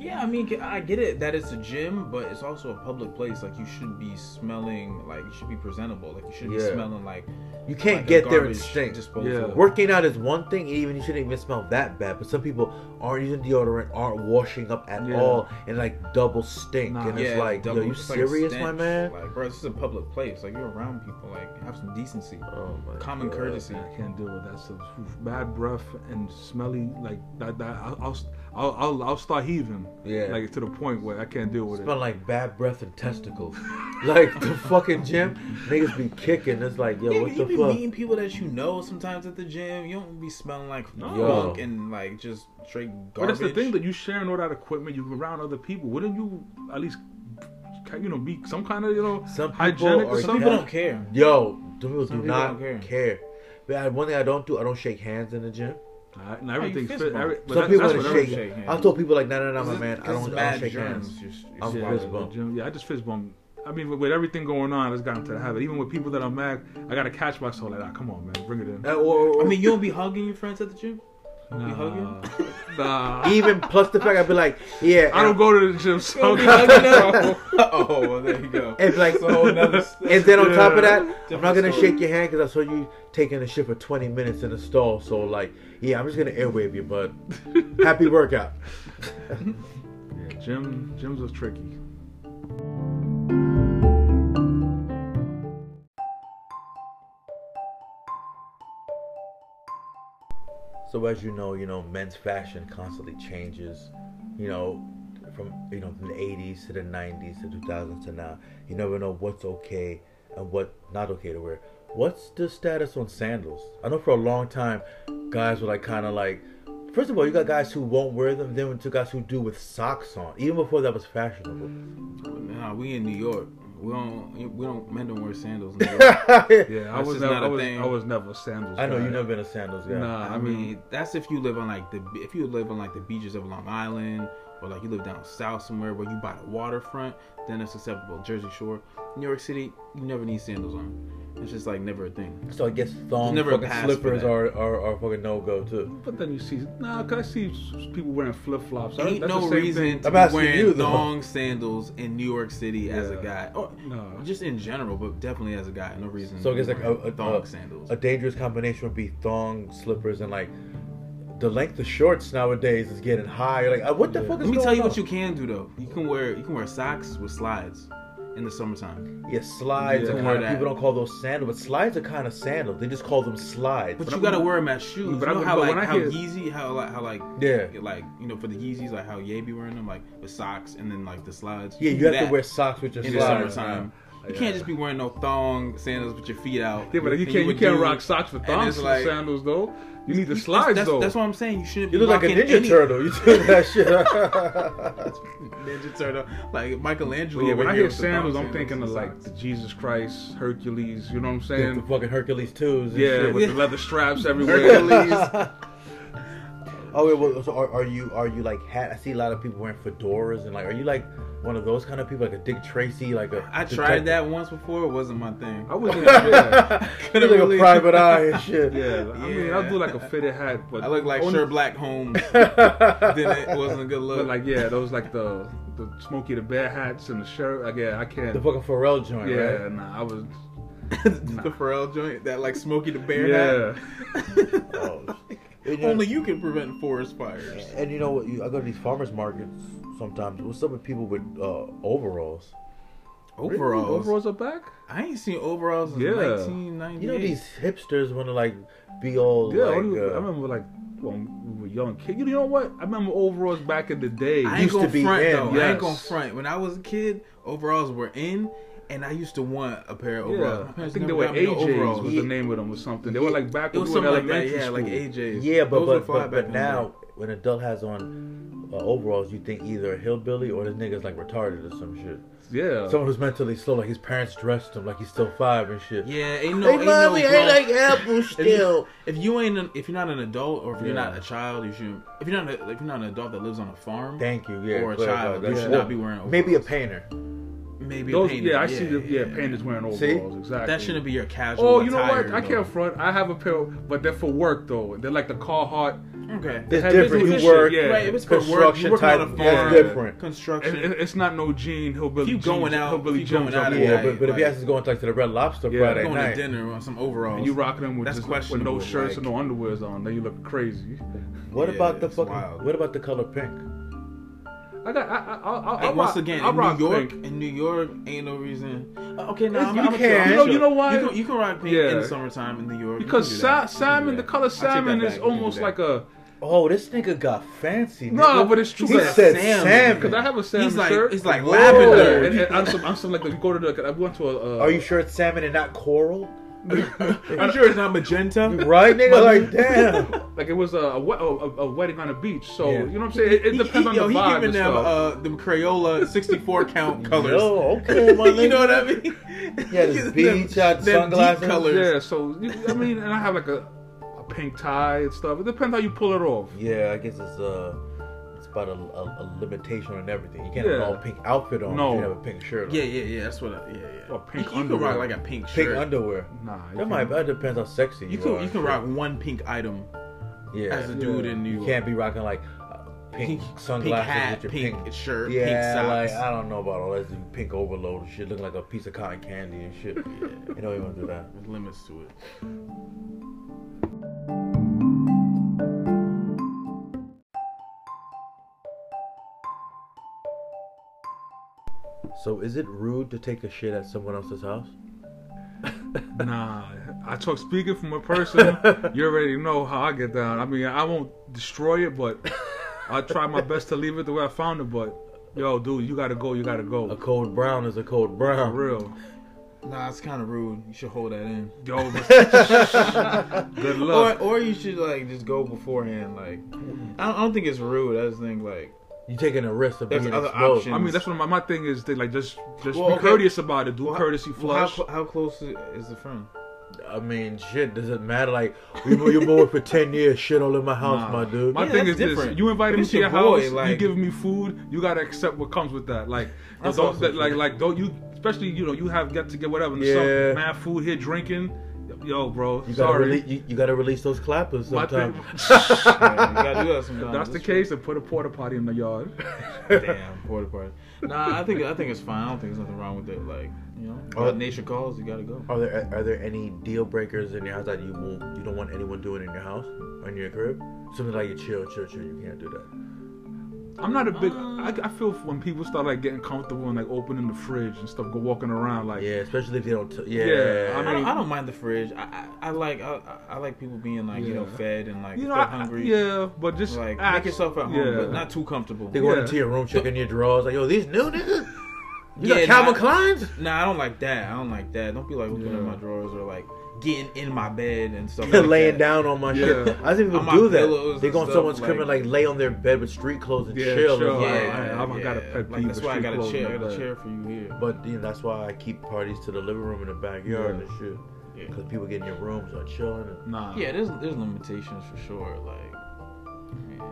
Speaker 2: Yeah, I mean, I get it that it's a gym, but it's also a public place. Like you should be smelling, like you should be presentable. Like you should be
Speaker 1: Yeah.
Speaker 2: smelling like
Speaker 1: You can't
Speaker 2: like a
Speaker 1: get there and
Speaker 2: garbage
Speaker 1: stink.
Speaker 2: Disposal.
Speaker 3: Yeah.
Speaker 1: Working out is one thing, and even you shouldn't even smell that bad. But some people aren't using deodorant, aren't washing up at
Speaker 3: Yeah.
Speaker 1: all, and like double stink.
Speaker 3: Nah.
Speaker 1: and it's like,
Speaker 2: double-
Speaker 1: yo, you
Speaker 2: it's like a
Speaker 1: serious, my
Speaker 2: stench.
Speaker 1: man?
Speaker 2: Like, bro, this is a public place. Like you're around people. Like have some decency,
Speaker 1: Oh my
Speaker 2: common
Speaker 1: God.
Speaker 2: courtesy.
Speaker 3: I can't deal with that. So bad breath and smelly like that. that I'll, I'll I'll I'll- I'll start heaving.
Speaker 1: Yeah.
Speaker 3: Like to the point where I can't deal with it.
Speaker 1: Smell like bad breath and testicles. <laughs> like the fucking gym, niggas be kicking. It's like, yo,
Speaker 2: Yeah,
Speaker 1: what
Speaker 2: you
Speaker 1: the
Speaker 2: be
Speaker 1: fuck?
Speaker 2: meeting people that you know sometimes at the gym. You don't be smelling like
Speaker 1: Yo.
Speaker 2: funk and like just straight garbage.
Speaker 3: But that's the thing that you sharing all that equipment. You around other people. Wouldn't you at least ca- you know be some kind of you know
Speaker 1: Some people
Speaker 3: hygienic
Speaker 1: are
Speaker 3: or
Speaker 2: Some
Speaker 3: something?
Speaker 2: people don't care.
Speaker 1: Yo, the people do
Speaker 2: people
Speaker 1: not
Speaker 2: don't care.
Speaker 1: care. But I- one thing I don't do, I don't shake hands in the gym.
Speaker 3: Nah, nah,
Speaker 2: you
Speaker 3: everything's
Speaker 2: fist
Speaker 3: fit.
Speaker 2: bump.
Speaker 3: Every, but
Speaker 1: Some
Speaker 3: that-
Speaker 1: people
Speaker 3: that's
Speaker 1: want
Speaker 3: what
Speaker 1: to
Speaker 3: every-
Speaker 1: shake.
Speaker 2: shake hands.
Speaker 1: I told people like, no, no, no, my
Speaker 2: It's-
Speaker 1: man, I
Speaker 2: it's
Speaker 1: don't, I
Speaker 2: mad
Speaker 1: don't shake
Speaker 2: germs.
Speaker 1: hands.
Speaker 2: You sh- you
Speaker 1: I'm
Speaker 2: swallow
Speaker 1: fist
Speaker 2: it.
Speaker 1: bump.
Speaker 3: Jim, yeah, I just fist bump. I mean, with, with everything going on, I just got into the habit. Even with people that I'm mad, I gotta catch myself like, ah, come on, man, bring it in.
Speaker 1: Uh, or- or-
Speaker 2: <laughs> I mean, you don't be hugging your friends at the gym. You don't be hugging.
Speaker 1: <laughs>
Speaker 3: nah.
Speaker 1: even plus the fact I'd be like, yeah,
Speaker 3: I don't
Speaker 1: and-
Speaker 3: go to the gym, <laughs> so
Speaker 2: <laughs> oh, well, there you go.
Speaker 1: And like,
Speaker 2: That's a
Speaker 1: <laughs>
Speaker 2: whole nother st-
Speaker 1: and then on top of
Speaker 3: Yeah.
Speaker 1: that, I'm not
Speaker 2: Different
Speaker 1: gonna
Speaker 2: story.
Speaker 1: shake your hand because I saw you taking a shit for 20 minutes in the stall. So like, Yeah, I'm just gonna airwave you,
Speaker 2: <laughs>
Speaker 1: bud. Happy workout.
Speaker 3: Yeah, Jim, Jim's was tricky.
Speaker 1: So as you know, you know, men's fashion constantly changes, you know, from you know, from the eighties to the nineties to two thousands to now. You never know what's okay and what not okay to wear. What's the status on sandals? I know for a long time guys were like kinda like first of all you got guys who won't wear them, then you guys who do with socks on, even before that was fashionable.
Speaker 2: Nah, we in New York. We don't. We don't. Men don't wear sandals.
Speaker 1: <laughs>
Speaker 2: in New York.
Speaker 3: Yeah, I
Speaker 2: That's
Speaker 3: was
Speaker 2: just
Speaker 3: never,
Speaker 2: not
Speaker 3: I
Speaker 2: a
Speaker 3: was,
Speaker 2: thing.
Speaker 3: I was never a sandals.
Speaker 1: I know
Speaker 3: guy.
Speaker 1: you never been a sandals guy.
Speaker 3: Nah,
Speaker 2: I mean, that's if you live on like the if you live on like the beaches of Long Island or like you live down south somewhere where you by the waterfront, then it's acceptable. Jersey Shore, New York City, you never need sandals on. It's just like never a thing.
Speaker 1: So I guess thong
Speaker 2: never a
Speaker 1: fucking
Speaker 2: pass for
Speaker 1: slippers
Speaker 2: that.
Speaker 1: are, are, are fucking no go too.
Speaker 3: But then you see, nah, 'cause I see s- s- people wearing flip flops.
Speaker 2: Ain't no reason to
Speaker 1: I'm
Speaker 2: be
Speaker 1: asking
Speaker 2: wearing
Speaker 1: you, though.
Speaker 2: long sandals in New York City as a
Speaker 3: Yeah.
Speaker 2: guy, or
Speaker 3: No.
Speaker 2: just in general, but definitely as a guy, no reason.
Speaker 1: So I
Speaker 2: to
Speaker 1: guess
Speaker 2: be
Speaker 1: like a,
Speaker 2: wearing
Speaker 1: a
Speaker 2: thong
Speaker 1: a-
Speaker 2: sandals.
Speaker 1: A dangerous combination would be thong slippers and like the length of shorts nowadays is getting high. Like uh, what the fuck is
Speaker 2: Let me
Speaker 1: going
Speaker 2: tell you
Speaker 1: on?
Speaker 2: what you can do though. You can wear you can wear socks with slides in the summertime,
Speaker 1: Yeah, slides.
Speaker 3: Yeah.
Speaker 1: are
Speaker 2: Don't wear
Speaker 1: kind of,
Speaker 2: that.
Speaker 1: people don't call those sandals, but slides are kind of sandals. They just call them slides.
Speaker 2: but,
Speaker 3: But
Speaker 2: you
Speaker 3: I'm-
Speaker 2: gotta wear them as shoes.
Speaker 3: but
Speaker 2: you
Speaker 3: I'm-
Speaker 2: know how
Speaker 3: but
Speaker 2: like
Speaker 3: when I
Speaker 2: how
Speaker 3: hear-
Speaker 2: Yeezy, how like how like
Speaker 1: Yeah.
Speaker 2: like you know for the Yeezys, like how Ye be wearing them, like with socks and then like the slides.
Speaker 1: yeah,
Speaker 2: can
Speaker 1: you
Speaker 2: do
Speaker 1: have to
Speaker 2: that
Speaker 1: wear socks with your
Speaker 2: in the
Speaker 1: slides.
Speaker 2: summertime. You
Speaker 3: Yeah.
Speaker 2: can't just be wearing no thong sandals with your feet out.
Speaker 3: Yeah, but you
Speaker 2: And
Speaker 3: can't you
Speaker 2: would
Speaker 3: can't
Speaker 2: do-
Speaker 3: rock socks with
Speaker 2: and
Speaker 3: thongs
Speaker 2: it's
Speaker 3: and
Speaker 2: like-
Speaker 3: sandals though. You need the
Speaker 2: That's-
Speaker 3: slides
Speaker 2: that's,
Speaker 3: though.
Speaker 2: That's what I'm saying. You shouldn't.
Speaker 1: You
Speaker 2: be
Speaker 1: look like a
Speaker 2: rocking
Speaker 1: ninja
Speaker 2: any-
Speaker 1: turtle. You do that shit.
Speaker 2: <laughs>
Speaker 1: <laughs>
Speaker 2: Ninja turtle, like Michelangelo.
Speaker 3: But yeah, when
Speaker 2: over
Speaker 3: I
Speaker 2: here
Speaker 3: hear
Speaker 2: with the thong
Speaker 3: sandals, I'm thinking
Speaker 2: and
Speaker 3: of like
Speaker 2: socks.
Speaker 3: the Jesus Christ, Hercules. You know what I'm
Speaker 1: the
Speaker 3: saying?
Speaker 1: fucking Hercules twos. And
Speaker 3: Yeah,
Speaker 1: shit.
Speaker 2: <laughs>
Speaker 3: with the leather straps everywhere.
Speaker 2: Hercules.
Speaker 1: Oh, wait, well, so are, are you are you like hat? I see a lot of people wearing fedoras and like, are you like one of those kind of people, like a Dick Tracy, like a
Speaker 2: I tried that once before. It wasn't my thing.
Speaker 3: I was yeah,
Speaker 2: <laughs>
Speaker 1: <laughs> like
Speaker 2: could've
Speaker 1: a
Speaker 2: really-
Speaker 1: private eye and shit. <laughs>
Speaker 2: <laughs>
Speaker 3: yeah. I mean, I'll do like a fitted hat, but
Speaker 2: I look like
Speaker 3: only-
Speaker 2: Sure Black
Speaker 3: <laughs>
Speaker 2: Holmes. then it wasn't a good
Speaker 3: But
Speaker 2: look.
Speaker 3: like yeah, those like the the Smokey the Bear hats and the shirt. Like yeah, I can't.
Speaker 1: The fucking Pharrell joint,
Speaker 3: yeah,
Speaker 1: right?
Speaker 3: nah, I was.
Speaker 2: <laughs> the Pharrell joint, that like Smokey the Bear <laughs>
Speaker 3: Yeah,
Speaker 2: hat.
Speaker 1: Oh, And you-
Speaker 2: Only you can prevent forest fires.
Speaker 1: And you know what? You, I go to these farmers markets sometimes. What's up with people with uh, overalls?
Speaker 2: Overalls.
Speaker 3: Really? overalls are back.
Speaker 2: I ain't seen overalls since
Speaker 3: Yeah.
Speaker 2: 1998.
Speaker 1: You know these hipsters want to like be all
Speaker 3: Yeah,
Speaker 1: like.
Speaker 3: only-
Speaker 1: uh,
Speaker 3: I remember like when we were young kids. You know what? I remember overalls back in the day.
Speaker 2: I ain't
Speaker 1: used to
Speaker 2: gonna
Speaker 1: be
Speaker 2: front
Speaker 1: in,
Speaker 2: though. I
Speaker 3: yes.
Speaker 2: ain't gonna front. When I was a kid, overalls were in, and I used to want a pair of overalls. My
Speaker 3: yeah, I
Speaker 2: parents
Speaker 3: think they
Speaker 2: never
Speaker 3: were
Speaker 2: got me no
Speaker 3: AJs was
Speaker 2: overalls.
Speaker 3: the name of them or something. They were like back
Speaker 2: It
Speaker 3: when
Speaker 2: was
Speaker 3: we were in
Speaker 2: something like that,
Speaker 3: elementary
Speaker 2: yeah, like
Speaker 3: school.
Speaker 2: AJs.
Speaker 1: yeah, but
Speaker 2: Those were
Speaker 1: but,
Speaker 2: fly
Speaker 1: but,
Speaker 2: back
Speaker 1: but
Speaker 2: in the day.
Speaker 1: now when an adult has on uh, overalls, you think either a hillbilly or this nigga's like retarded or some shit.
Speaker 3: Yeah.
Speaker 1: Someone who's mentally slow, like his parents dressed him like he's still five and shit.
Speaker 2: Yeah, ain't no,
Speaker 4: Hey,
Speaker 2: ain't
Speaker 4: mommy,
Speaker 2: no
Speaker 4: I
Speaker 2: grown-
Speaker 4: like apples
Speaker 2: If you-
Speaker 4: still.
Speaker 2: If you ain't, an, if you're not an adult, or if you're
Speaker 1: Yeah.
Speaker 2: not a child, you should. If you're not, a, if you're not an adult that lives on a farm,
Speaker 1: Thank you. Yeah,
Speaker 2: Or a
Speaker 1: glad
Speaker 2: child,
Speaker 1: about
Speaker 2: you
Speaker 1: that.
Speaker 2: should
Speaker 1: Or
Speaker 2: not be wearing
Speaker 1: Maybe a
Speaker 2: overalls.
Speaker 1: painter.
Speaker 2: maybe
Speaker 3: Those,
Speaker 2: a painter.
Speaker 3: yeah, I see the yeah, painters wearing overalls.
Speaker 1: See?
Speaker 3: Exactly.
Speaker 2: That shouldn't be your casual.
Speaker 3: Oh, you know
Speaker 2: attire,
Speaker 3: what? I
Speaker 2: though.
Speaker 3: can't front. I have a pair, but they're for work though. They're like the Carhartt.
Speaker 2: Okay.
Speaker 1: It's
Speaker 3: had
Speaker 1: different.
Speaker 3: business
Speaker 1: You work,
Speaker 3: shit, yeah.
Speaker 2: Right, if it's for work,
Speaker 1: Construction
Speaker 2: you work on a
Speaker 1: type,
Speaker 2: farm.
Speaker 1: that's different.
Speaker 3: It,
Speaker 2: Construction.
Speaker 3: it- it's not no jean hillbilly.
Speaker 2: If you going
Speaker 3: jeans,
Speaker 2: out-
Speaker 3: hillbilly
Speaker 2: if you going
Speaker 3: jeans
Speaker 2: out
Speaker 3: on
Speaker 2: at
Speaker 3: the
Speaker 1: Yeah,
Speaker 2: Yeah,
Speaker 1: but, but if
Speaker 2: like-
Speaker 1: he has to go into like to the Red Lobster
Speaker 3: Yeah.
Speaker 1: Friday
Speaker 2: going
Speaker 1: night,
Speaker 2: to dinner on some overalls.
Speaker 3: and you rocking them with
Speaker 2: That's
Speaker 3: just with no
Speaker 2: questionable,
Speaker 3: shirts and
Speaker 2: like-
Speaker 3: no underwears on, then you look crazy.
Speaker 1: what
Speaker 2: Yeah,
Speaker 1: about the
Speaker 2: it's
Speaker 1: fucking?
Speaker 2: wild.
Speaker 1: What about the color pink?
Speaker 3: I got. I, I, I, I, I
Speaker 2: And once
Speaker 3: rock-
Speaker 2: again,
Speaker 3: I
Speaker 2: in
Speaker 3: rock
Speaker 2: New York,
Speaker 3: pink.
Speaker 2: in New York, ain't no reason. Uh, Okay, now
Speaker 1: Yes,
Speaker 2: I'm,
Speaker 1: you
Speaker 2: I'm
Speaker 1: can.
Speaker 2: Sure, I'm
Speaker 1: You know-
Speaker 2: sure.
Speaker 3: you know why?
Speaker 2: You can, you can rock pink
Speaker 3: Yeah.
Speaker 2: in the summertime in New York You
Speaker 3: because
Speaker 2: can do
Speaker 3: sa-
Speaker 2: that.
Speaker 3: salmon, the color salmon
Speaker 2: back.
Speaker 3: is
Speaker 2: You can do
Speaker 3: almost
Speaker 2: that.
Speaker 3: like a.
Speaker 1: Oh, this nigga got fancy.
Speaker 3: No,
Speaker 1: nigga.
Speaker 3: but it's true.
Speaker 1: He
Speaker 3: Like
Speaker 1: said
Speaker 2: salmon.
Speaker 1: salmon.
Speaker 3: Because I have a salmon
Speaker 2: He's like
Speaker 3: shirt.
Speaker 2: it's like
Speaker 1: Whoa.
Speaker 2: lavender.
Speaker 3: <laughs>
Speaker 2: <laughs>
Speaker 3: and, and I'm some, I'm some like you go to the I went to a. Uh,
Speaker 1: Are you sure it's salmon and not coral? <laughs>
Speaker 2: I'm sure it's not magenta.
Speaker 1: Right, nigga.
Speaker 2: <laughs>
Speaker 1: like, damn.
Speaker 3: Like it was a a, we- a, a wedding on a beach, so
Speaker 1: Yeah.
Speaker 3: you know what I'm saying. It, it
Speaker 2: He-
Speaker 3: depends
Speaker 2: he-
Speaker 3: on
Speaker 2: yo,
Speaker 3: the
Speaker 2: he
Speaker 3: vibe
Speaker 2: giving
Speaker 3: and
Speaker 2: them
Speaker 3: stuff.
Speaker 2: uh, them Crayola 64 count colors.
Speaker 1: <laughs> Yo, okay, my nigga.
Speaker 2: <laughs> you know what I mean?
Speaker 1: Yeah, this
Speaker 2: <laughs> Them-
Speaker 1: beach shot
Speaker 2: them deep
Speaker 1: sunglasses.
Speaker 2: colors.
Speaker 3: yeah, so you, I mean, and I have like a, a pink tie and stuff. It depends how you pull it off.
Speaker 1: Yeah, I guess it's uh, it's about a, a, a limitation on everything. You can't have an
Speaker 3: Yeah.
Speaker 1: all pink outfit on.
Speaker 3: No.
Speaker 1: if you have a pink shirt. on.
Speaker 2: Yeah, yeah, yeah. That's what. I, yeah, yeah.
Speaker 3: Or pink
Speaker 2: you, can- you can
Speaker 3: underwear.
Speaker 2: rock like a pink
Speaker 1: Pink
Speaker 2: shirt.
Speaker 1: underwear.
Speaker 3: Nah, you
Speaker 1: That might that
Speaker 3: can't-
Speaker 1: depends how sexy you,
Speaker 2: you
Speaker 1: are.
Speaker 2: can you can rock one pink item
Speaker 1: Yeah,
Speaker 2: as a dude
Speaker 3: Yeah.
Speaker 2: in New
Speaker 1: you
Speaker 2: York.
Speaker 1: can't be rocking like uh, pink, sunglasses
Speaker 2: pink hat,
Speaker 1: with your
Speaker 2: pink,
Speaker 1: pink.
Speaker 2: shirt,
Speaker 1: yeah,
Speaker 2: pink
Speaker 1: like
Speaker 2: socks.
Speaker 1: I don't know about all that pink overload and shit, looking like a piece of cotton candy and
Speaker 2: <laughs>
Speaker 1: shit. You don't even do that.
Speaker 2: There's limits to it.
Speaker 1: So is it rude to take a shit at someone else's house?
Speaker 3: Nah, I talk speaking from
Speaker 2: <laughs>
Speaker 3: a person. you already know how I get down. I mean, I won't destroy it, but I try my best to leave it the way I found it. But yo, dude, you gotta go. You gotta
Speaker 1: A
Speaker 3: go.
Speaker 1: cold brown is a cold
Speaker 3: For
Speaker 1: brown.
Speaker 3: real.
Speaker 2: Nah, it's kind of rude. You should hold that in.
Speaker 3: Yo, but- <laughs> good
Speaker 2: Or,
Speaker 3: luck.
Speaker 2: or you should like just go beforehand. Like, I don't, I don't think it's rude. I just think like,
Speaker 1: You taking a risk of
Speaker 2: There's
Speaker 1: being
Speaker 2: other
Speaker 1: exposed.
Speaker 2: options.
Speaker 3: I mean, that's what my, my thing is. They like just just
Speaker 2: Well,
Speaker 3: be
Speaker 2: okay.
Speaker 3: courteous about it. Do
Speaker 2: well, how-
Speaker 3: courtesy
Speaker 2: well, how
Speaker 3: flush.
Speaker 2: cl- how close i- is the <laughs> friend?
Speaker 1: I mean, shit, does it matter? Like, we were, you
Speaker 3: <laughs>
Speaker 1: were for 10 years, shit all in my house, my
Speaker 2: Nah.
Speaker 1: dude.
Speaker 3: my
Speaker 2: Yeah,
Speaker 3: thing
Speaker 2: that's
Speaker 3: is
Speaker 2: different.
Speaker 3: this: you
Speaker 2: But
Speaker 3: invited me
Speaker 2: it's
Speaker 3: to
Speaker 2: your
Speaker 3: your
Speaker 2: boy,
Speaker 3: house, you
Speaker 2: like-
Speaker 3: giving me food, you gotta accept what comes with that. Like,
Speaker 2: That's
Speaker 3: don't
Speaker 2: also
Speaker 3: that, like
Speaker 2: true.
Speaker 3: like don't you, especially you know you have got to get whatever. Yeah.
Speaker 1: Yeah.
Speaker 3: Some mad food here, drinking. Yo, bro,
Speaker 1: you, gotta
Speaker 3: sorry.
Speaker 1: rele- you, you gotta release those clappers
Speaker 3: My
Speaker 1: sometimes. <laughs>
Speaker 3: thing-
Speaker 2: Yeah, you gotta do that sometimes.
Speaker 3: That's the
Speaker 2: It's-
Speaker 3: case, and put a porta potty in the yard. <laughs>
Speaker 2: Damn, porta party. Nah, I think I think it's fine. I don't think there's nothing wrong with it. Like, you know,
Speaker 1: Oh.
Speaker 2: what nature calls, you gotta go.
Speaker 1: Are there are there any deal breakers in your house that you won't, you don't want anyone doing in your house or in your crib? Something like you chill, chill, chill. You can't do that.
Speaker 3: I'm not a big. I, I feel when people start like getting comfortable and like opening the fridge and stuff, go walking around like.
Speaker 1: Yeah, especially if you don't. T- yeah,
Speaker 3: Yeah, I
Speaker 2: I don't,
Speaker 3: mean-
Speaker 2: I don't mind the fridge. I I, I like I, I like people being like you know
Speaker 3: Yeah.
Speaker 2: fed and like
Speaker 3: You
Speaker 2: if
Speaker 3: know,
Speaker 2: they're
Speaker 3: I,
Speaker 2: hungry.
Speaker 3: yeah, but just
Speaker 2: Like make
Speaker 3: act-
Speaker 2: yourself at home,
Speaker 3: yeah.
Speaker 2: but not too comfortable.
Speaker 1: they going
Speaker 3: Yeah.
Speaker 1: into your room, checking your drawers. Like, yo, these new niggas. You got
Speaker 2: Yeah,
Speaker 1: Calvin
Speaker 2: nah.
Speaker 1: Klein's.
Speaker 2: Nah, I don't like that. I don't like that. Don't be like opening
Speaker 3: Yeah.
Speaker 2: my drawers or like getting in my bed and
Speaker 3: <laughs>
Speaker 2: stuff.
Speaker 1: <laughs>
Speaker 2: like
Speaker 1: laying
Speaker 2: that.
Speaker 1: down on my shit.
Speaker 3: Yeah.
Speaker 1: I think
Speaker 2: On
Speaker 1: people
Speaker 2: my
Speaker 1: do that.
Speaker 2: pillows
Speaker 1: They
Speaker 2: and
Speaker 1: go on
Speaker 2: stuff,
Speaker 1: someone's crib
Speaker 2: like-
Speaker 1: and like lay on their bed with street clothes and
Speaker 3: Yeah,
Speaker 1: chill. It's
Speaker 3: chill.
Speaker 2: Yeah,
Speaker 1: like-
Speaker 3: Oh, I- I've got a pet
Speaker 2: like,
Speaker 3: peeve
Speaker 2: that's
Speaker 3: with
Speaker 2: why I
Speaker 3: street
Speaker 2: got a
Speaker 3: clothes
Speaker 2: chair. I
Speaker 3: like
Speaker 2: got a
Speaker 3: that.
Speaker 2: chair for you here.
Speaker 1: But you know, that's why I keep parties to the living room and the backyard
Speaker 3: Yeah.
Speaker 1: and shit.
Speaker 2: Yeah.
Speaker 1: Because people get in your rooms are chilling. And,
Speaker 3: nah.
Speaker 2: Yeah, there's there's limitations for sure. Like,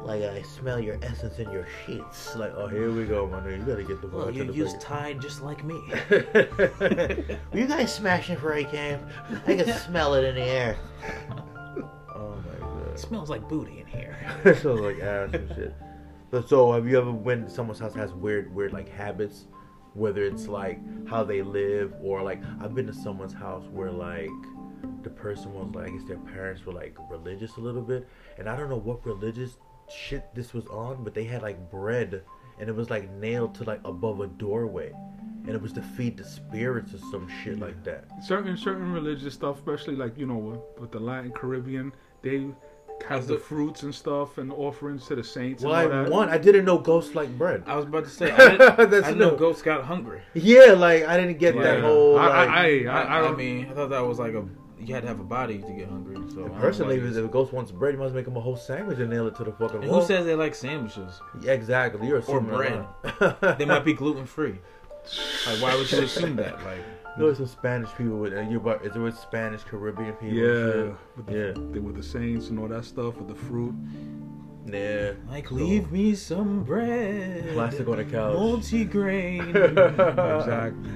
Speaker 4: Like I smell your essence in your sheets.
Speaker 1: it's like, oh, here we go, my nigga. You gotta get the
Speaker 4: Well,
Speaker 1: fuck
Speaker 4: you
Speaker 1: to
Speaker 4: used
Speaker 1: the
Speaker 4: Tide just like
Speaker 1: <laughs>
Speaker 4: me. <laughs>
Speaker 1: backyard.
Speaker 4: Were you guys smashing before I came? I can smell it in the
Speaker 2: <laughs>
Speaker 4: air.
Speaker 1: oh my
Speaker 4: It
Speaker 1: god.
Speaker 4: smells like booty in
Speaker 1: <laughs>
Speaker 4: here.
Speaker 1: Smells like ass and shit. But so, have you ever went to someone's house that has weird, weird like habits? Whether it's like how they live or like I've been to someone's house where like the person was like, I guess their parents were like religious a little bit, and I don't know what religious shit this was on, but they had like bread and it was like nailed to like above a doorway, and it was to feed the spirits or some shit like that.
Speaker 3: Certain certain religious stuff, especially like you know with, with the Latin Caribbean, they have the
Speaker 2: the-
Speaker 3: fruits and stuff and offerings to the saints.
Speaker 1: Well,
Speaker 3: and all
Speaker 1: I
Speaker 3: that.
Speaker 1: one I didn't know ghosts like bread.
Speaker 2: I was about to say,
Speaker 3: <laughs>
Speaker 2: I didn't, I
Speaker 1: That's
Speaker 2: didn't know
Speaker 1: dope.
Speaker 2: ghosts got hungry.
Speaker 1: Yeah, like I didn't get that
Speaker 3: Yeah.
Speaker 1: whole.
Speaker 3: I,
Speaker 1: Like,
Speaker 3: I, I,
Speaker 2: I,
Speaker 3: I,
Speaker 2: I,
Speaker 3: don't-
Speaker 2: mean, I thought that was like a you had to have a body to get hungry. So I don't
Speaker 1: Personally,
Speaker 2: know why
Speaker 1: if
Speaker 2: you-
Speaker 1: a ghost wants bread, you must make him a whole sandwich and nail it to the fucking
Speaker 2: and
Speaker 1: wall.
Speaker 2: who says they like sandwiches?
Speaker 1: Yeah, exactly? You're assuming a
Speaker 2: bread.
Speaker 1: lot.
Speaker 2: They might be gluten free. Like, why would you assume that? Like,
Speaker 1: <laughs> There were some Spanish people with. Uh, you're about, is there was Spanish Caribbean people?
Speaker 3: yeah,
Speaker 1: and
Speaker 3: with the,
Speaker 1: shit?
Speaker 3: they- with the saints and all that stuff with the
Speaker 2: <laughs>
Speaker 3: fruit.
Speaker 1: Yeah. Yeah.
Speaker 2: like leave me some bread.
Speaker 1: Plastic on the <laughs> couch. <laughs>
Speaker 2: Multigrain.
Speaker 1: exactly.
Speaker 3: Exactly.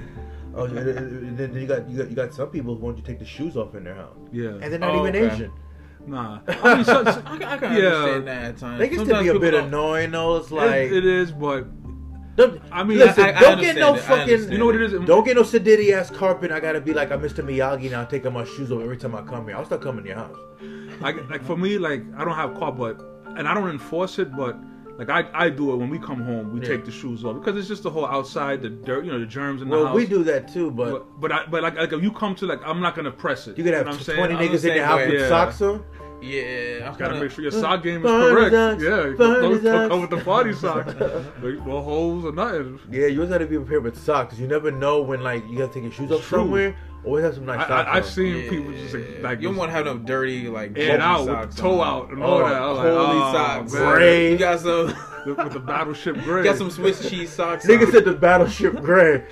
Speaker 1: Oh, and then- and then you got you got you got some people who want you to take the shoes off in their house,
Speaker 3: Yeah.
Speaker 1: and they're not
Speaker 2: Oh,
Speaker 1: even
Speaker 2: okay.
Speaker 1: Asian.
Speaker 3: nah. I mean,
Speaker 2: <laughs>
Speaker 3: so, so-
Speaker 2: I, I can
Speaker 3: Yeah.
Speaker 2: understand that at times.
Speaker 1: They can still
Speaker 2: Sometimes
Speaker 1: be a
Speaker 2: people
Speaker 1: bit
Speaker 2: don't-
Speaker 1: annoying though. It's like
Speaker 3: it, it is, but
Speaker 1: Don't-
Speaker 3: I mean,
Speaker 1: listen,
Speaker 2: I- I
Speaker 1: don't get
Speaker 2: understand
Speaker 1: no
Speaker 2: it. I
Speaker 1: fucking.
Speaker 2: understand
Speaker 3: You know what it it. is?
Speaker 1: Don't get no sedity ass carpet. I gotta be like I'm Mr. Miyagi now, taking my shoes off every time I come here. I'll start coming to your house.
Speaker 3: like like for me like I don't have car but and I don't enforce it but like I, I do it when we come home we
Speaker 1: Yeah.
Speaker 3: take the shoes off because it's just the whole outside the dirt you know the germs in the
Speaker 1: Well,
Speaker 3: house
Speaker 1: we do that too, but,
Speaker 3: but but, I, but like like if you come to like I'm not gonna press it
Speaker 1: you could
Speaker 3: know
Speaker 1: have
Speaker 3: what I'm saying?
Speaker 1: twenty
Speaker 3: I
Speaker 2: I'm the
Speaker 1: niggas in your
Speaker 2: same
Speaker 1: house
Speaker 2: way.
Speaker 1: with
Speaker 3: Yeah.
Speaker 1: socks on.
Speaker 2: Yeah, I'm
Speaker 3: Gotta
Speaker 2: gonna.
Speaker 3: make sure your sock game is
Speaker 1: Burn
Speaker 3: correct.
Speaker 1: socks,
Speaker 3: yeah,
Speaker 1: burn
Speaker 3: don't
Speaker 1: socks.
Speaker 3: come with the
Speaker 1: <laughs>
Speaker 3: party socks, like, no holes or nothing.
Speaker 1: Yeah, you always gotta be prepared with socks. 'cause You never know when like you gotta take your shoes off
Speaker 3: True.
Speaker 1: somewhere. Always have some nice
Speaker 3: I,
Speaker 1: socks.
Speaker 3: I, I've
Speaker 1: on.
Speaker 3: seen
Speaker 2: yeah.
Speaker 3: people just like, like
Speaker 2: you don't want to have no dirty like
Speaker 3: head
Speaker 2: bulgy
Speaker 3: out with
Speaker 2: socks
Speaker 3: the toe
Speaker 2: on.
Speaker 3: out and
Speaker 1: Oh,
Speaker 3: all that. I was like,
Speaker 2: Holy
Speaker 3: oh,
Speaker 2: socks,
Speaker 3: man.
Speaker 1: Gray.
Speaker 2: You got some, <laughs>
Speaker 3: With- with the battleship gray.
Speaker 2: you got some Swiss cheese socks.
Speaker 1: Niggas
Speaker 2: on.
Speaker 1: said the battleship <laughs>
Speaker 3: <laughs>
Speaker 1: gray.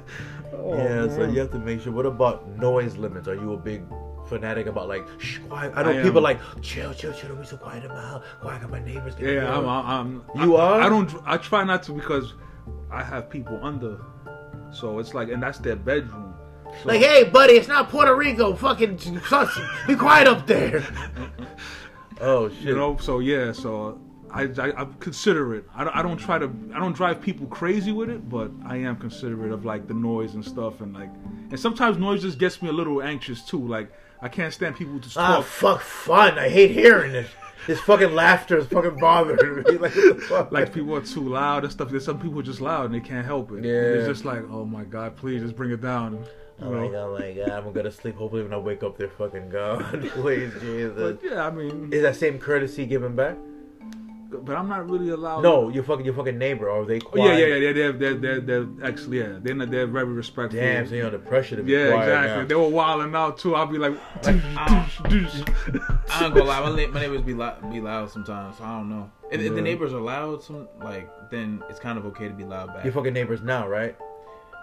Speaker 1: yeah, so
Speaker 3: Oh, man.
Speaker 1: you have to make sure. What about noise limits? Are you a big fanatic about like shh quiet? I know
Speaker 3: I am.
Speaker 1: people like chill, chill, chill. Don't be so quiet in my house. Quiet, 'cause my neighbors. can hear."
Speaker 3: Yeah, I'm. I'm, I'm
Speaker 1: You
Speaker 3: I,
Speaker 1: are?
Speaker 3: I don't. I try not to because I have people under, so it's like, and that's their bedroom. So,
Speaker 4: Like, hey, buddy, it's not Puerto Rico.
Speaker 1: <laughs>
Speaker 4: Fucking be quiet up
Speaker 3: <laughs>
Speaker 4: there.
Speaker 1: Oh shit.
Speaker 3: you know. So yeah, so I, I, I consider it. I don't, I don't try to. I don't drive people crazy with it, but I am considerate of like the noise and stuff, and like, and sometimes noise just gets me a little anxious too. Like I can't stand people just
Speaker 4: Ah,
Speaker 3: talk.
Speaker 4: fuck fun. I hate hearing it.
Speaker 1: His fucking laughter is fucking bothering me. <laughs> Like, what the fuck?
Speaker 3: Like people are too loud and stuff. There's some people just loud and they can't help it.
Speaker 2: Yeah.
Speaker 3: It's just like, oh my god, please just bring it down. You
Speaker 1: oh
Speaker 3: know?
Speaker 1: my god, oh my god, I'm gonna sleep. Hopefully, when I wake up, they're fucking gone. Please, Jesus.
Speaker 3: But yeah, I mean,
Speaker 1: Is that same courtesy given back?
Speaker 3: but I'm not really allowed.
Speaker 1: No, your fucking your fucking neighbor. Or they
Speaker 3: Oh, yeah,
Speaker 1: quiet?
Speaker 3: yeah, yeah. They're they're they're, they're, they're actually yeah. They're not, they're very respectful.
Speaker 1: Damn, so you're under pressure to be
Speaker 3: yeah,
Speaker 1: quiet
Speaker 3: exactly.
Speaker 1: now.
Speaker 3: They were wilding out too. I'll be like,
Speaker 2: I
Speaker 3: douche,
Speaker 2: ah,
Speaker 3: <laughs>
Speaker 2: I don't go lie. My, na- my neighbors be loud, be loud sometimes. So I don't know. If, if
Speaker 3: Yeah.
Speaker 2: the neighbors are loud, some like then it's kind of okay to be loud back.
Speaker 1: Your fucking neighbors now, right?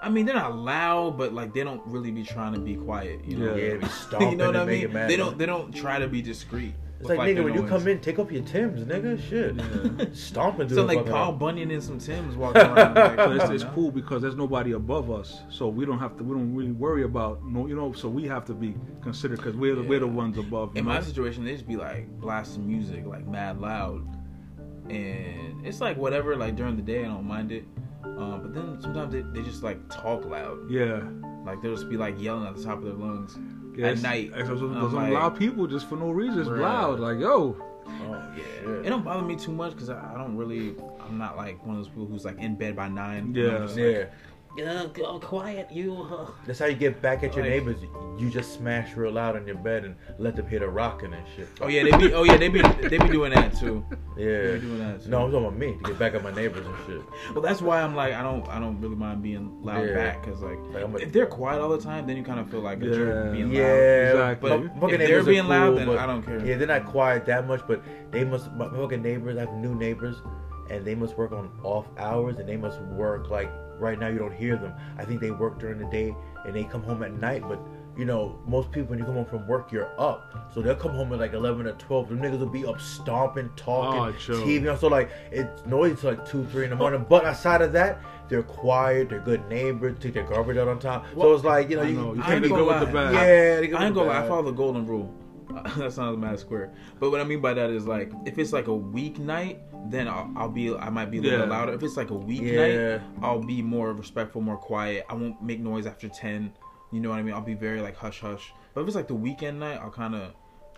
Speaker 2: I mean, they're not loud, but like they don't really be trying to be quiet. <laughs> You know,
Speaker 3: Yeah.
Speaker 1: Yeah, they be stomping
Speaker 2: you know what
Speaker 1: and
Speaker 2: I
Speaker 1: making
Speaker 2: mean.
Speaker 1: mad.
Speaker 2: They don't. They don't try to be discreet.
Speaker 1: It's like, nigga, when you come in, take off your Tim's, nigga. Shit, <laughs> stomping through
Speaker 2: so
Speaker 1: the
Speaker 2: like
Speaker 1: fucking-
Speaker 2: Paul Bunyan and some
Speaker 1: <laughs>
Speaker 2: Tim's walking around. Like,
Speaker 3: So it's,
Speaker 2: you
Speaker 3: it's
Speaker 2: know?
Speaker 3: cool because there's nobody above us, so we don't have to. We don't really worry about no, you know. So we have to be considered because we're the we're the ones above. you
Speaker 2: In my
Speaker 3: know?
Speaker 2: situation, they just be like blasting music like mad loud, and it's like whatever. Like during the day, I don't mind it, uh, but then sometimes they, they just like talk loud.
Speaker 3: yeah,
Speaker 2: Like they'll just be like yelling at the top of their lungs
Speaker 3: yeah.
Speaker 2: at night.
Speaker 3: there's,
Speaker 2: And I'm
Speaker 3: there's some
Speaker 2: like-
Speaker 3: loud people just for no reason. It's
Speaker 2: Bruh.
Speaker 3: loud, like yo.
Speaker 1: Oh
Speaker 2: It
Speaker 1: yeah.
Speaker 2: don't bother me too much because I, I don't really. I'm not like one of those people who's like in bed by nine.
Speaker 3: Yeah.
Speaker 2: I'm just like,
Speaker 1: Yeah.
Speaker 5: Uh, go quiet, you. huh?
Speaker 1: That's how you get back at your
Speaker 2: Like-
Speaker 1: neighbors. You just smash real loud on your bed and let them hit a rocking and shit.
Speaker 2: Oh yeah, they be. Oh yeah, they <laughs> be. They be doing that too. They
Speaker 1: Yeah.
Speaker 2: be doing that. Too.
Speaker 1: No, I'm talking about me to get back at my neighbors and shit.
Speaker 2: Well, that's why I'm like I don't I don't really mind being loud
Speaker 1: Yeah.
Speaker 2: back 'cause back because
Speaker 1: Like,
Speaker 2: like,
Speaker 1: I'm a-
Speaker 2: if they're quiet all the time, then you kind of feel like a jerk
Speaker 3: Yeah.
Speaker 2: being loud.
Speaker 1: Yeah,
Speaker 3: Exactly.
Speaker 1: but
Speaker 3: If
Speaker 1: fucking
Speaker 2: they're
Speaker 1: neighbors are
Speaker 2: being loud,
Speaker 1: cool,
Speaker 2: then
Speaker 1: but-
Speaker 2: I don't care.
Speaker 1: Yeah, they're not quiet that much, but they must. My fucking neighbors, I have new neighbors, and they must work on off hours, and they must work like right now. You don't hear them. I think they work during the day, and they come home at night. But you know, most people when you come home from work, you're up, so they'll come home at like eleven or twelve. The niggas will be up stomping,
Speaker 3: Oh,
Speaker 1: talking,
Speaker 3: chill.
Speaker 1: TV. on. So like it's noisy till like two, three in the morning. But outside of that. They're quiet. They're good neighbors. Take their garbage out on time. So it's like you know,
Speaker 3: I
Speaker 1: you,
Speaker 3: know, you
Speaker 1: I
Speaker 3: can't
Speaker 2: ain't
Speaker 3: be
Speaker 2: gonna
Speaker 3: good with the
Speaker 2: lie.
Speaker 3: bad.
Speaker 1: yeah, they go
Speaker 2: I
Speaker 1: to
Speaker 2: ain't gonna lie, I
Speaker 1: bed.
Speaker 2: follow the golden rule. <laughs> That's not a mad square. But what I mean by that is like if it's like a weeknight, then I'll, I'll be I might be a little
Speaker 3: Yeah.
Speaker 2: louder. If it's like a weeknight,
Speaker 1: Yeah.
Speaker 2: I'll be more respectful, more quiet. I won't make noise after ten. You know what I mean? I'll be very like hush hush. But if it's like the weekend night, I'll kind of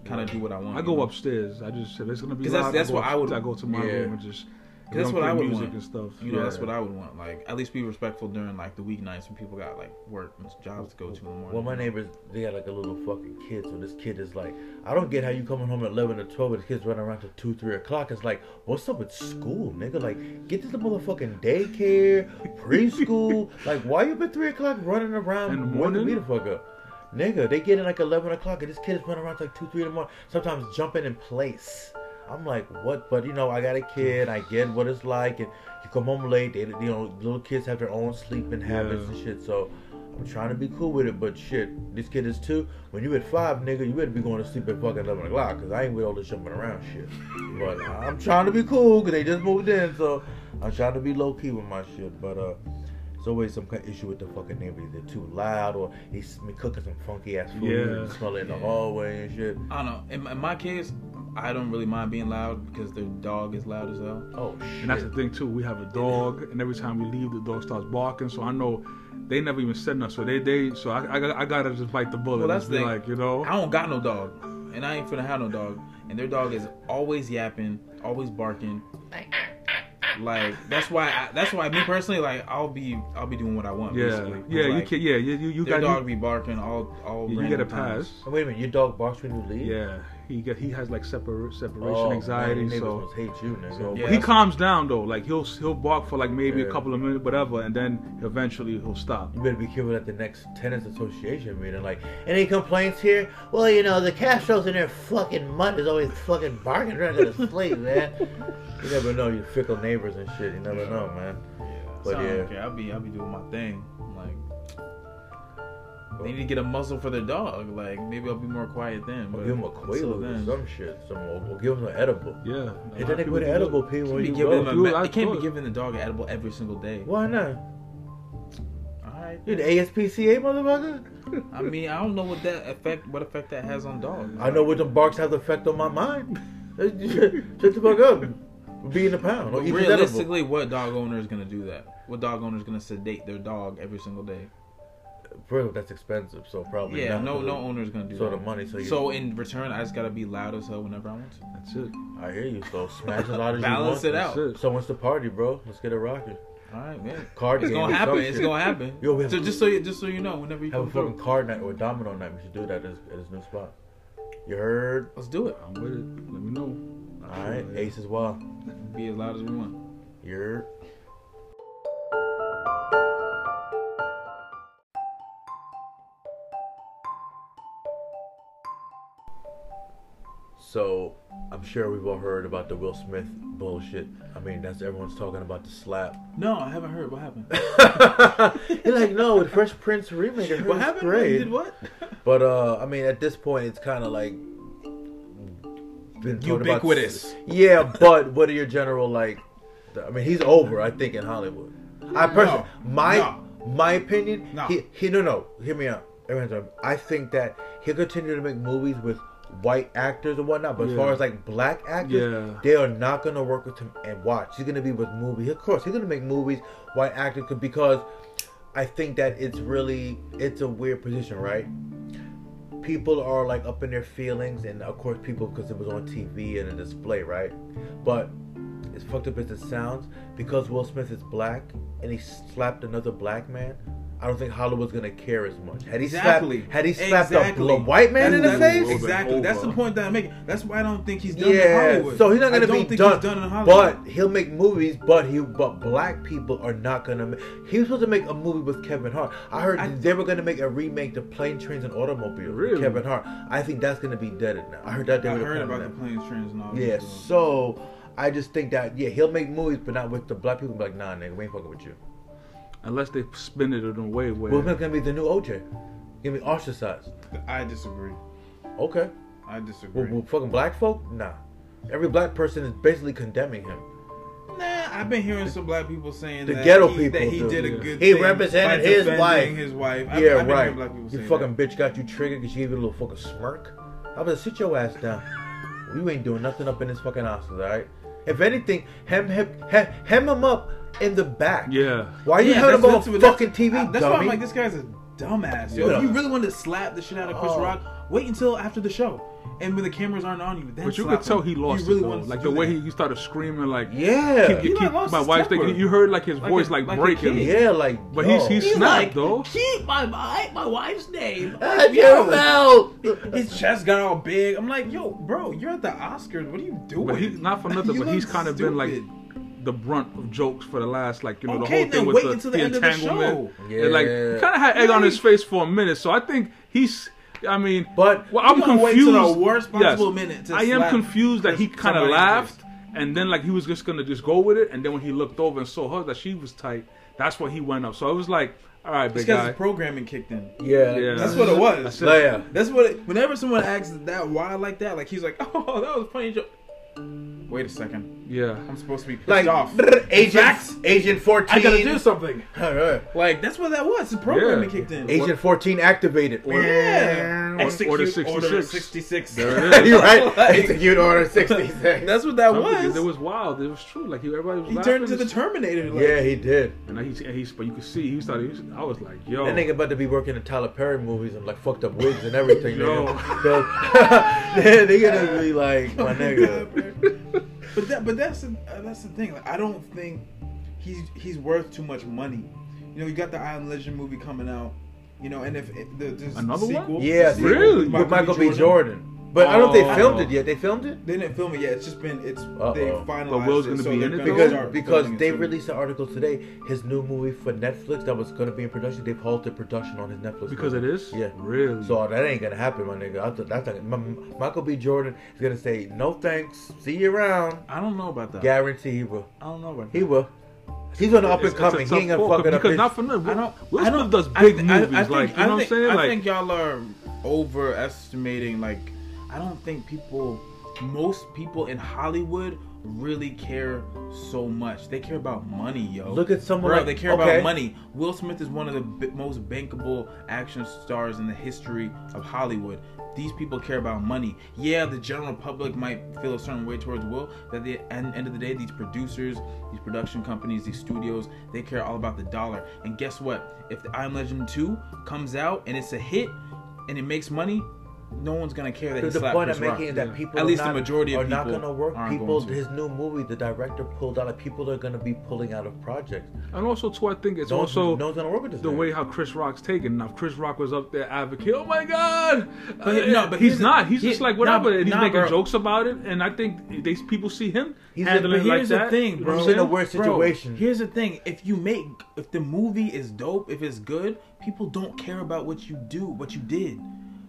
Speaker 2: kind of do what I want.
Speaker 3: I
Speaker 2: you
Speaker 3: go
Speaker 2: know?
Speaker 3: upstairs. I just if it's gonna be
Speaker 2: 'Cause that's-
Speaker 3: loud,
Speaker 2: that's
Speaker 3: I go
Speaker 2: what I would-
Speaker 3: I go to my
Speaker 1: yeah.
Speaker 3: room and just.
Speaker 2: Cause that's what
Speaker 3: don't play
Speaker 2: I would
Speaker 3: music
Speaker 2: want.
Speaker 3: and stuff.
Speaker 2: You know,
Speaker 3: yeah.
Speaker 2: that's what I would want. Like at least be respectful during like the weeknights when people got like work and jobs to go to in the morning.
Speaker 1: Well, my neighbors, they got like a little fucking kid. So this kid is like, I don't get how you coming home at 11 or 12 and the kid's running around till 2, 3 o'clock. It's like, what's up with school, nigga? Like, get to the motherfucking daycare, preschool. <laughs> like, why you up at 3 o'clock running around
Speaker 3: In the
Speaker 1: waking
Speaker 3: morning?
Speaker 1: me the fuck up? Nigga, they get in like 11 o'clock and this kid is running around till like 2, 3 in the morning, sometimes jumping in place. I'm like, what? But you know, I got a kid. I get what it's like, and you come home late. They, you know, little kids have their own sleeping habits
Speaker 3: Yeah.
Speaker 1: and shit. So I'm trying to be cool with it, but shit, this kid is two. When you at five, nigga, you better be going to sleep at fucking eleven o'clock, cause I ain't with all this jumping around shit. But I'm trying to be cool, cause they just moved in, so I'm trying to be low key with my shit. But uh, it's always some kind of issue with the fucking neighbors. They're too loud, or they s- be cooking some funky ass food,
Speaker 3: Yeah.
Speaker 1: and smell it in the hallway and shit.
Speaker 2: I don't know. In, my- in my case, I don't really mind being loud because their dog is loud as hell.
Speaker 1: Oh shit.
Speaker 3: And that's the thing too. We have a dog, and every time we leave, the dog starts barking. So I know they never even send us. So they they so I I, got- I gotta just bite the bullet.
Speaker 2: Well,
Speaker 3: and
Speaker 2: that's
Speaker 3: just be
Speaker 2: the thing.
Speaker 3: like you know.
Speaker 2: I don't got no dog, and I ain't finna have no dog. And their dog is always yapping, always barking. Like that's why I, that's why me personally, like I'll be I'll be doing what I want.
Speaker 3: yeah,
Speaker 2: basically.
Speaker 3: yeah. you
Speaker 2: Like,
Speaker 3: can. Yeah, you you, you
Speaker 2: Their
Speaker 3: got
Speaker 2: dog
Speaker 3: you,
Speaker 2: be barking all all.
Speaker 3: you
Speaker 2: random
Speaker 3: get a
Speaker 2: times.
Speaker 3: pass.
Speaker 1: Oh, wait a minute, your dog barks when you leave?
Speaker 3: Yeah, he get he has like separa- separation
Speaker 1: Oh, man,
Speaker 3: anxiety.
Speaker 1: your neighbors
Speaker 3: so
Speaker 1: must hate you, nigga.
Speaker 2: Yeah.
Speaker 3: he calms down though. Like he'll he'll bark for like maybe
Speaker 1: Yeah.
Speaker 3: a couple of minutes, whatever, and then eventually he'll stop.
Speaker 1: You better be careful at the next tenants association meeting. Like, any complaints here? Well, you know, the Castros in their fucking mud is always fucking barking. They're not
Speaker 2: <laughs>
Speaker 1: gonna sleep, man. You never know, you fickle neighbors and shit. You never know, man. But
Speaker 2: So I
Speaker 1: yeah.
Speaker 2: don't care. I'll be I'll be doing my thing. Like they need to get a muzzle for their dog. Like maybe I'll be more quiet then.
Speaker 1: Or
Speaker 2: But
Speaker 1: give them a
Speaker 2: until
Speaker 1: Quaalude or
Speaker 2: then-
Speaker 1: some shit. Some, or, or give them an edible.
Speaker 3: Yeah, a
Speaker 1: And
Speaker 3: lot
Speaker 1: then
Speaker 3: of
Speaker 1: they
Speaker 3: people
Speaker 1: put
Speaker 3: do
Speaker 1: an
Speaker 3: that.
Speaker 1: edible pee
Speaker 2: Can't
Speaker 1: when
Speaker 2: be
Speaker 1: you
Speaker 2: giving
Speaker 1: go.
Speaker 2: them
Speaker 3: Dude,
Speaker 2: a,
Speaker 3: I
Speaker 2: I can't be
Speaker 3: could.
Speaker 2: giving the dog an edible every single day.
Speaker 1: Why not?
Speaker 2: All right.
Speaker 1: You the ASPCA, motherfucker?
Speaker 2: I mean, I don't know what that effect, what effect that has on dogs.
Speaker 1: I know what them barks have the effect on my mind. <laughs> Shut the fuck up. Be in the pound. Or
Speaker 2: But
Speaker 1: eat this edible.
Speaker 2: realistically, what dog owner is gonna do that? What dog owner is gonna sedate their dog every single day?
Speaker 1: First of all, that's expensive, so probably
Speaker 2: Yeah,
Speaker 1: not
Speaker 2: no,
Speaker 1: gonna-
Speaker 2: no owner's gonna do
Speaker 1: So the
Speaker 2: that.
Speaker 1: money, so you
Speaker 2: So in return, I just gotta be loud as hell whenever I want to.
Speaker 3: That's it.
Speaker 1: I hear you. So smash as loud as you want.
Speaker 2: Balance it
Speaker 3: That's
Speaker 2: out.
Speaker 3: it.
Speaker 1: So what's the party, bro? Let's get it rocking.
Speaker 2: All
Speaker 1: <laughs>
Speaker 2: right, man.
Speaker 1: Card
Speaker 2: It's
Speaker 1: game
Speaker 2: gonna
Speaker 1: or
Speaker 2: happen.
Speaker 1: some
Speaker 2: It's
Speaker 1: shit.
Speaker 2: gonna happen.
Speaker 1: Yo, we have-
Speaker 2: so just so you, just so you know, whenever you
Speaker 1: Have
Speaker 2: come
Speaker 1: a fucking
Speaker 2: through,
Speaker 1: card night or a domino night. We should do that at his, at his new spot. You heard?
Speaker 2: let's do it.
Speaker 3: I'm with it. Let me know.
Speaker 1: All right, Ace as well.
Speaker 2: Be as loud as we want.
Speaker 1: You heard? So, I'm sure we've all heard about the Will Smith bullshit. I mean, that's everyone's talking about the slap.
Speaker 2: No, I haven't heard. <laughs> What happened?
Speaker 1: <laughs> You're like, no, the Fresh Prince remake. it
Speaker 2: what
Speaker 1: was
Speaker 2: happened?
Speaker 1: Great.
Speaker 2: Did what?
Speaker 1: <laughs> But uh, I mean, at this point, it's kind of like been talked about-
Speaker 2: Ubiquitous.
Speaker 1: yeah, but what are your general like? th- I mean, he's over. I think in Hollywood. I personally, my
Speaker 2: no.
Speaker 1: my opinion.
Speaker 2: No.
Speaker 1: He, he no no. Hear me out. Everyone's right. I think that he'll continue to make movies with white actors and whatnot. But as
Speaker 3: Yeah.
Speaker 1: far as like black actors,
Speaker 3: Yeah.
Speaker 1: they are not gonna work with him and watch. He's gonna be with movies. Of course, he's gonna make movies white actors could- because I think that it's really it's a weird position, right? people are like up in their feelings, and of course, people because it was on TV and a display, right? But as fucked up as it sounds, because Will Smith is black and he slapped another black man, I don't think Hollywood's gonna care as much. Had he
Speaker 2: Exactly.
Speaker 1: slapped, had he slapped
Speaker 2: Exactly.
Speaker 1: a bl- white man in the
Speaker 2: That's-
Speaker 1: face,
Speaker 2: Exactly.
Speaker 3: Over.
Speaker 2: That's the point that I'm making. That's why I don't think he's done in
Speaker 1: yeah.
Speaker 2: Hollywood.
Speaker 1: So he's not
Speaker 2: I
Speaker 1: gonna
Speaker 2: don't
Speaker 1: be
Speaker 2: think
Speaker 1: done.
Speaker 2: he's done in Hollywood.
Speaker 1: but he'll make movies. But he, but black people are not gonna. ma- He was supposed to make a movie with Kevin Hart. I heard
Speaker 2: I-
Speaker 1: they were gonna make a remake to Plane, Trains, and Automobiles. with
Speaker 3: Really?
Speaker 1: Kevin Hart. I think that's gonna be dead now. I heard that they
Speaker 2: I
Speaker 1: were
Speaker 2: heard
Speaker 1: planning
Speaker 2: about the planes, trains, and all.
Speaker 1: that. Yeah.
Speaker 2: that stuff.
Speaker 1: So I just think that yeah, he'll make movies, but not with the black people. Be like, nah, nigga, we ain't fucking with you.
Speaker 3: Unless they spin it in a way where
Speaker 1: Will Smith's gonna be the new OJ. Gonna be ostracized.
Speaker 2: I disagree.
Speaker 1: Okay.
Speaker 2: I disagree.
Speaker 1: Well, well, fucking black folk, nah. Every black person is basically condemning him.
Speaker 2: Nah, I've been hearing some black people saying
Speaker 1: The
Speaker 2: that,
Speaker 1: ghetto
Speaker 2: he, that
Speaker 1: people
Speaker 2: he
Speaker 1: do.
Speaker 2: did a
Speaker 3: Yeah.
Speaker 2: good
Speaker 1: He
Speaker 2: thing
Speaker 1: represented
Speaker 2: by
Speaker 1: his
Speaker 2: defending
Speaker 1: wife.
Speaker 2: His wife. I've,
Speaker 1: yeah,
Speaker 2: I've been
Speaker 1: right.
Speaker 2: hearing black people
Speaker 1: Your
Speaker 2: say
Speaker 1: fucking bitch got you triggered because she gave you a little fucking smirk. I'm gonna sit your ass down. You ain't doing nothing up in this fucking Oscars, all right? If anything, hem him, hem, hem him up in the back.
Speaker 3: Yeah.
Speaker 1: Why
Speaker 2: that.
Speaker 1: you
Speaker 2: Yeah,
Speaker 1: held
Speaker 2: that's-
Speaker 1: him on
Speaker 2: that's-
Speaker 1: fucking
Speaker 2: that's-
Speaker 1: TV,
Speaker 2: I- That's
Speaker 1: dummy?
Speaker 2: why I'm like, this guy's a dumbass. Yo,
Speaker 1: Yeah.
Speaker 2: if you really wanted to slap the shit out of Chris
Speaker 1: Oh.
Speaker 2: Rock, wait until after the show, and when the cameras aren't on you. Then
Speaker 3: But you
Speaker 2: slap
Speaker 3: could tell
Speaker 2: him.
Speaker 3: he
Speaker 2: You
Speaker 3: lost
Speaker 2: really
Speaker 3: it, though.
Speaker 2: wanted to
Speaker 3: like
Speaker 2: do
Speaker 3: the way
Speaker 2: that.
Speaker 3: he, he started screaming, like
Speaker 1: yeah.
Speaker 3: keep,
Speaker 2: He
Speaker 3: keep
Speaker 2: lost
Speaker 3: my
Speaker 2: his
Speaker 3: wife's thing.
Speaker 2: temper.
Speaker 3: You heard like his
Speaker 2: Like
Speaker 3: voice
Speaker 2: a-
Speaker 3: like,
Speaker 2: like a
Speaker 3: breaking.
Speaker 2: kid.
Speaker 1: yeah, like.
Speaker 3: But
Speaker 1: yo.
Speaker 3: he's he's
Speaker 5: He's
Speaker 3: snapped
Speaker 5: like,
Speaker 3: though.
Speaker 5: keep my, my my wife's name.
Speaker 1: Ah, your mouth!
Speaker 2: His chest got all big. I'm like, yo, bro, you're at the Oscars. What are you doing?
Speaker 3: But he not for nothing.
Speaker 2: You
Speaker 3: but he's
Speaker 2: look
Speaker 3: kind of been like
Speaker 2: stupid.
Speaker 3: the brunt of jokes for the last like you know
Speaker 2: Okay,
Speaker 3: the
Speaker 2: then
Speaker 3: whole
Speaker 2: wait
Speaker 3: thing with the,
Speaker 2: until the end of the
Speaker 3: entanglement.
Speaker 2: show.
Speaker 3: And, like
Speaker 1: Yeah.
Speaker 3: kind of had egg on
Speaker 2: Really?
Speaker 3: his face for a minute. So I think he's. I mean,
Speaker 1: But
Speaker 3: well, I'm
Speaker 2: you gonna wait
Speaker 3: confused.
Speaker 2: till the worst possible minute to
Speaker 3: I am
Speaker 2: slap
Speaker 3: confused that he kind
Speaker 2: somebody
Speaker 3: of
Speaker 2: in the
Speaker 3: laughed and then like he was just gonna just go with it. And then when he looked over and saw her that she was tight, that's when he went up. So it was like, all right,
Speaker 2: It's
Speaker 3: big
Speaker 2: because
Speaker 3: guy.
Speaker 2: his programming kicked in.
Speaker 1: Yeah.
Speaker 3: Yeah.
Speaker 2: That's what it was.
Speaker 3: That's
Speaker 1: Like, yeah.
Speaker 2: That's what. It, whenever someone asks that why like that, like he's like, <laughs> oh, that was a funny joke. Wait a second,
Speaker 3: yeah.
Speaker 2: I'm supposed to be pissed
Speaker 1: Like,
Speaker 2: off.
Speaker 1: brr,
Speaker 2: Facts.
Speaker 1: Agent, Agent 14.
Speaker 2: I gotta do something.
Speaker 1: <laughs> All right.
Speaker 2: Like that's what that was. The programming
Speaker 3: Yeah.
Speaker 2: kicked in.
Speaker 1: Agent 14 activated. <laughs>
Speaker 2: yeah.
Speaker 3: Execute Order 66.
Speaker 2: Order 66.
Speaker 3: There
Speaker 1: <laughs>
Speaker 3: it is.
Speaker 1: You're right.
Speaker 2: <laughs> Like-
Speaker 1: Execute Order 66.
Speaker 2: That's what that
Speaker 3: No,
Speaker 2: was.
Speaker 3: because It was wild. It was true. Like he, everybody was.
Speaker 2: he
Speaker 3: laughing
Speaker 2: turned into the Terminator. <laughs> Like,
Speaker 1: yeah, he did.
Speaker 3: And then he, and he, but you could see he started. He was, I was like, yo,
Speaker 1: That nigga about to be working in Tyler Perry movies and like fucked up wigs and everything.
Speaker 3: <laughs> Yo.
Speaker 1: nigga. So- <laughs> they, they gonna be like, my nigga.
Speaker 2: But that, but that's the, uh, that's the thing. Like, I don't think he's he's worth too much money. You know, you got the I Am Legend movie coming out. You know, and if it, the, there's a
Speaker 3: Another
Speaker 2: sequel,
Speaker 3: one?
Speaker 1: Yeah,
Speaker 2: the
Speaker 1: see,
Speaker 2: sequel
Speaker 3: Really?
Speaker 1: With Michael B. Jordan. But I don't
Speaker 3: Oh.
Speaker 1: think they filmed it yet. They filmed it?
Speaker 2: They didn't film it yet. It's just been it's they
Speaker 1: Uh-oh.
Speaker 2: finalized.
Speaker 3: But Will's
Speaker 2: it,
Speaker 3: gonna
Speaker 2: so
Speaker 3: be
Speaker 2: they're
Speaker 3: in it
Speaker 2: gonna
Speaker 3: though?
Speaker 1: Because
Speaker 2: start
Speaker 1: because
Speaker 2: filming it
Speaker 1: they
Speaker 2: soon.
Speaker 1: released an article today, his new movie for Netflix that was gonna be in production, they've halted production on his Netflix.
Speaker 3: because it
Speaker 1: movie.
Speaker 3: is.
Speaker 1: Yeah.
Speaker 3: really.
Speaker 1: So that ain't gonna happen, my nigga. I thought that's not- my- my- Michael B. Jordan is gonna say no thanks. See you around.
Speaker 2: I don't know about that.
Speaker 1: Guarantee he will.
Speaker 2: I don't know about
Speaker 1: He will. He's on the up and
Speaker 3: It's- it's a
Speaker 1: coming. He ain't gonna
Speaker 3: tough call,
Speaker 1: fuck it up.
Speaker 3: because
Speaker 1: his-
Speaker 3: not for nothing.
Speaker 2: I don't.
Speaker 3: Will
Speaker 2: I
Speaker 3: Smith
Speaker 2: don't,
Speaker 3: does
Speaker 2: I
Speaker 3: big
Speaker 2: th- I- I
Speaker 3: movies,
Speaker 2: think-
Speaker 3: like you
Speaker 2: I
Speaker 3: know
Speaker 2: think-
Speaker 3: what I'm saying.
Speaker 2: I
Speaker 3: like
Speaker 2: think y'all are overestimating. Like, I don't think people, most people in Hollywood really care so much. They care about money, yo.
Speaker 1: Look at someone
Speaker 2: Bro,
Speaker 1: like-
Speaker 2: they care
Speaker 1: okay.
Speaker 2: about money. Will Smith is one of the b- most bankable action stars in the history of Hollywood. These people care about money. Yeah, the general public might feel a certain way towards Will, but at the end, end of the day, these producers, these production companies, these studios, they care all about the dollar. And guess what? If the I'm Legend 2 comes out and it's a hit and it makes money, no one's gonna care that he
Speaker 1: The
Speaker 2: slapped
Speaker 1: point
Speaker 2: Chris
Speaker 1: I'm making
Speaker 2: Rock.
Speaker 1: is that people
Speaker 2: At
Speaker 1: are
Speaker 2: least the
Speaker 1: not-
Speaker 2: majority of
Speaker 1: are not
Speaker 2: people
Speaker 1: going to work.
Speaker 2: aren't
Speaker 1: People,
Speaker 2: going to.
Speaker 1: his new movie, the director pulled out. People are going to be pulling out of projects.
Speaker 3: And also, too, I think it's
Speaker 1: No,
Speaker 3: also
Speaker 1: no one's going to work with this.
Speaker 3: the
Speaker 1: man.
Speaker 3: way how Chris Rock's taken. Now, if Chris Rock was up there advocating, oh my God.
Speaker 2: But he-
Speaker 3: Uh,
Speaker 2: no, but
Speaker 3: he's
Speaker 2: here's-
Speaker 3: not. He's
Speaker 2: he-
Speaker 3: just like,
Speaker 2: nah,
Speaker 3: whatever.
Speaker 2: but-
Speaker 3: and he's
Speaker 2: nah,
Speaker 3: making
Speaker 2: bro.
Speaker 3: jokes about it. And I think these people see him
Speaker 1: He's in-
Speaker 3: handling
Speaker 1: but
Speaker 3: like
Speaker 2: here's the
Speaker 3: that.
Speaker 2: thing,
Speaker 3: You know
Speaker 2: bro.
Speaker 3: what I'm
Speaker 1: He's in a
Speaker 3: saying?
Speaker 1: worse
Speaker 2: Bro,
Speaker 1: situation.
Speaker 2: here's the thing: if you make, if the movie is dope, if it's good, people don't care about what you do, what you did.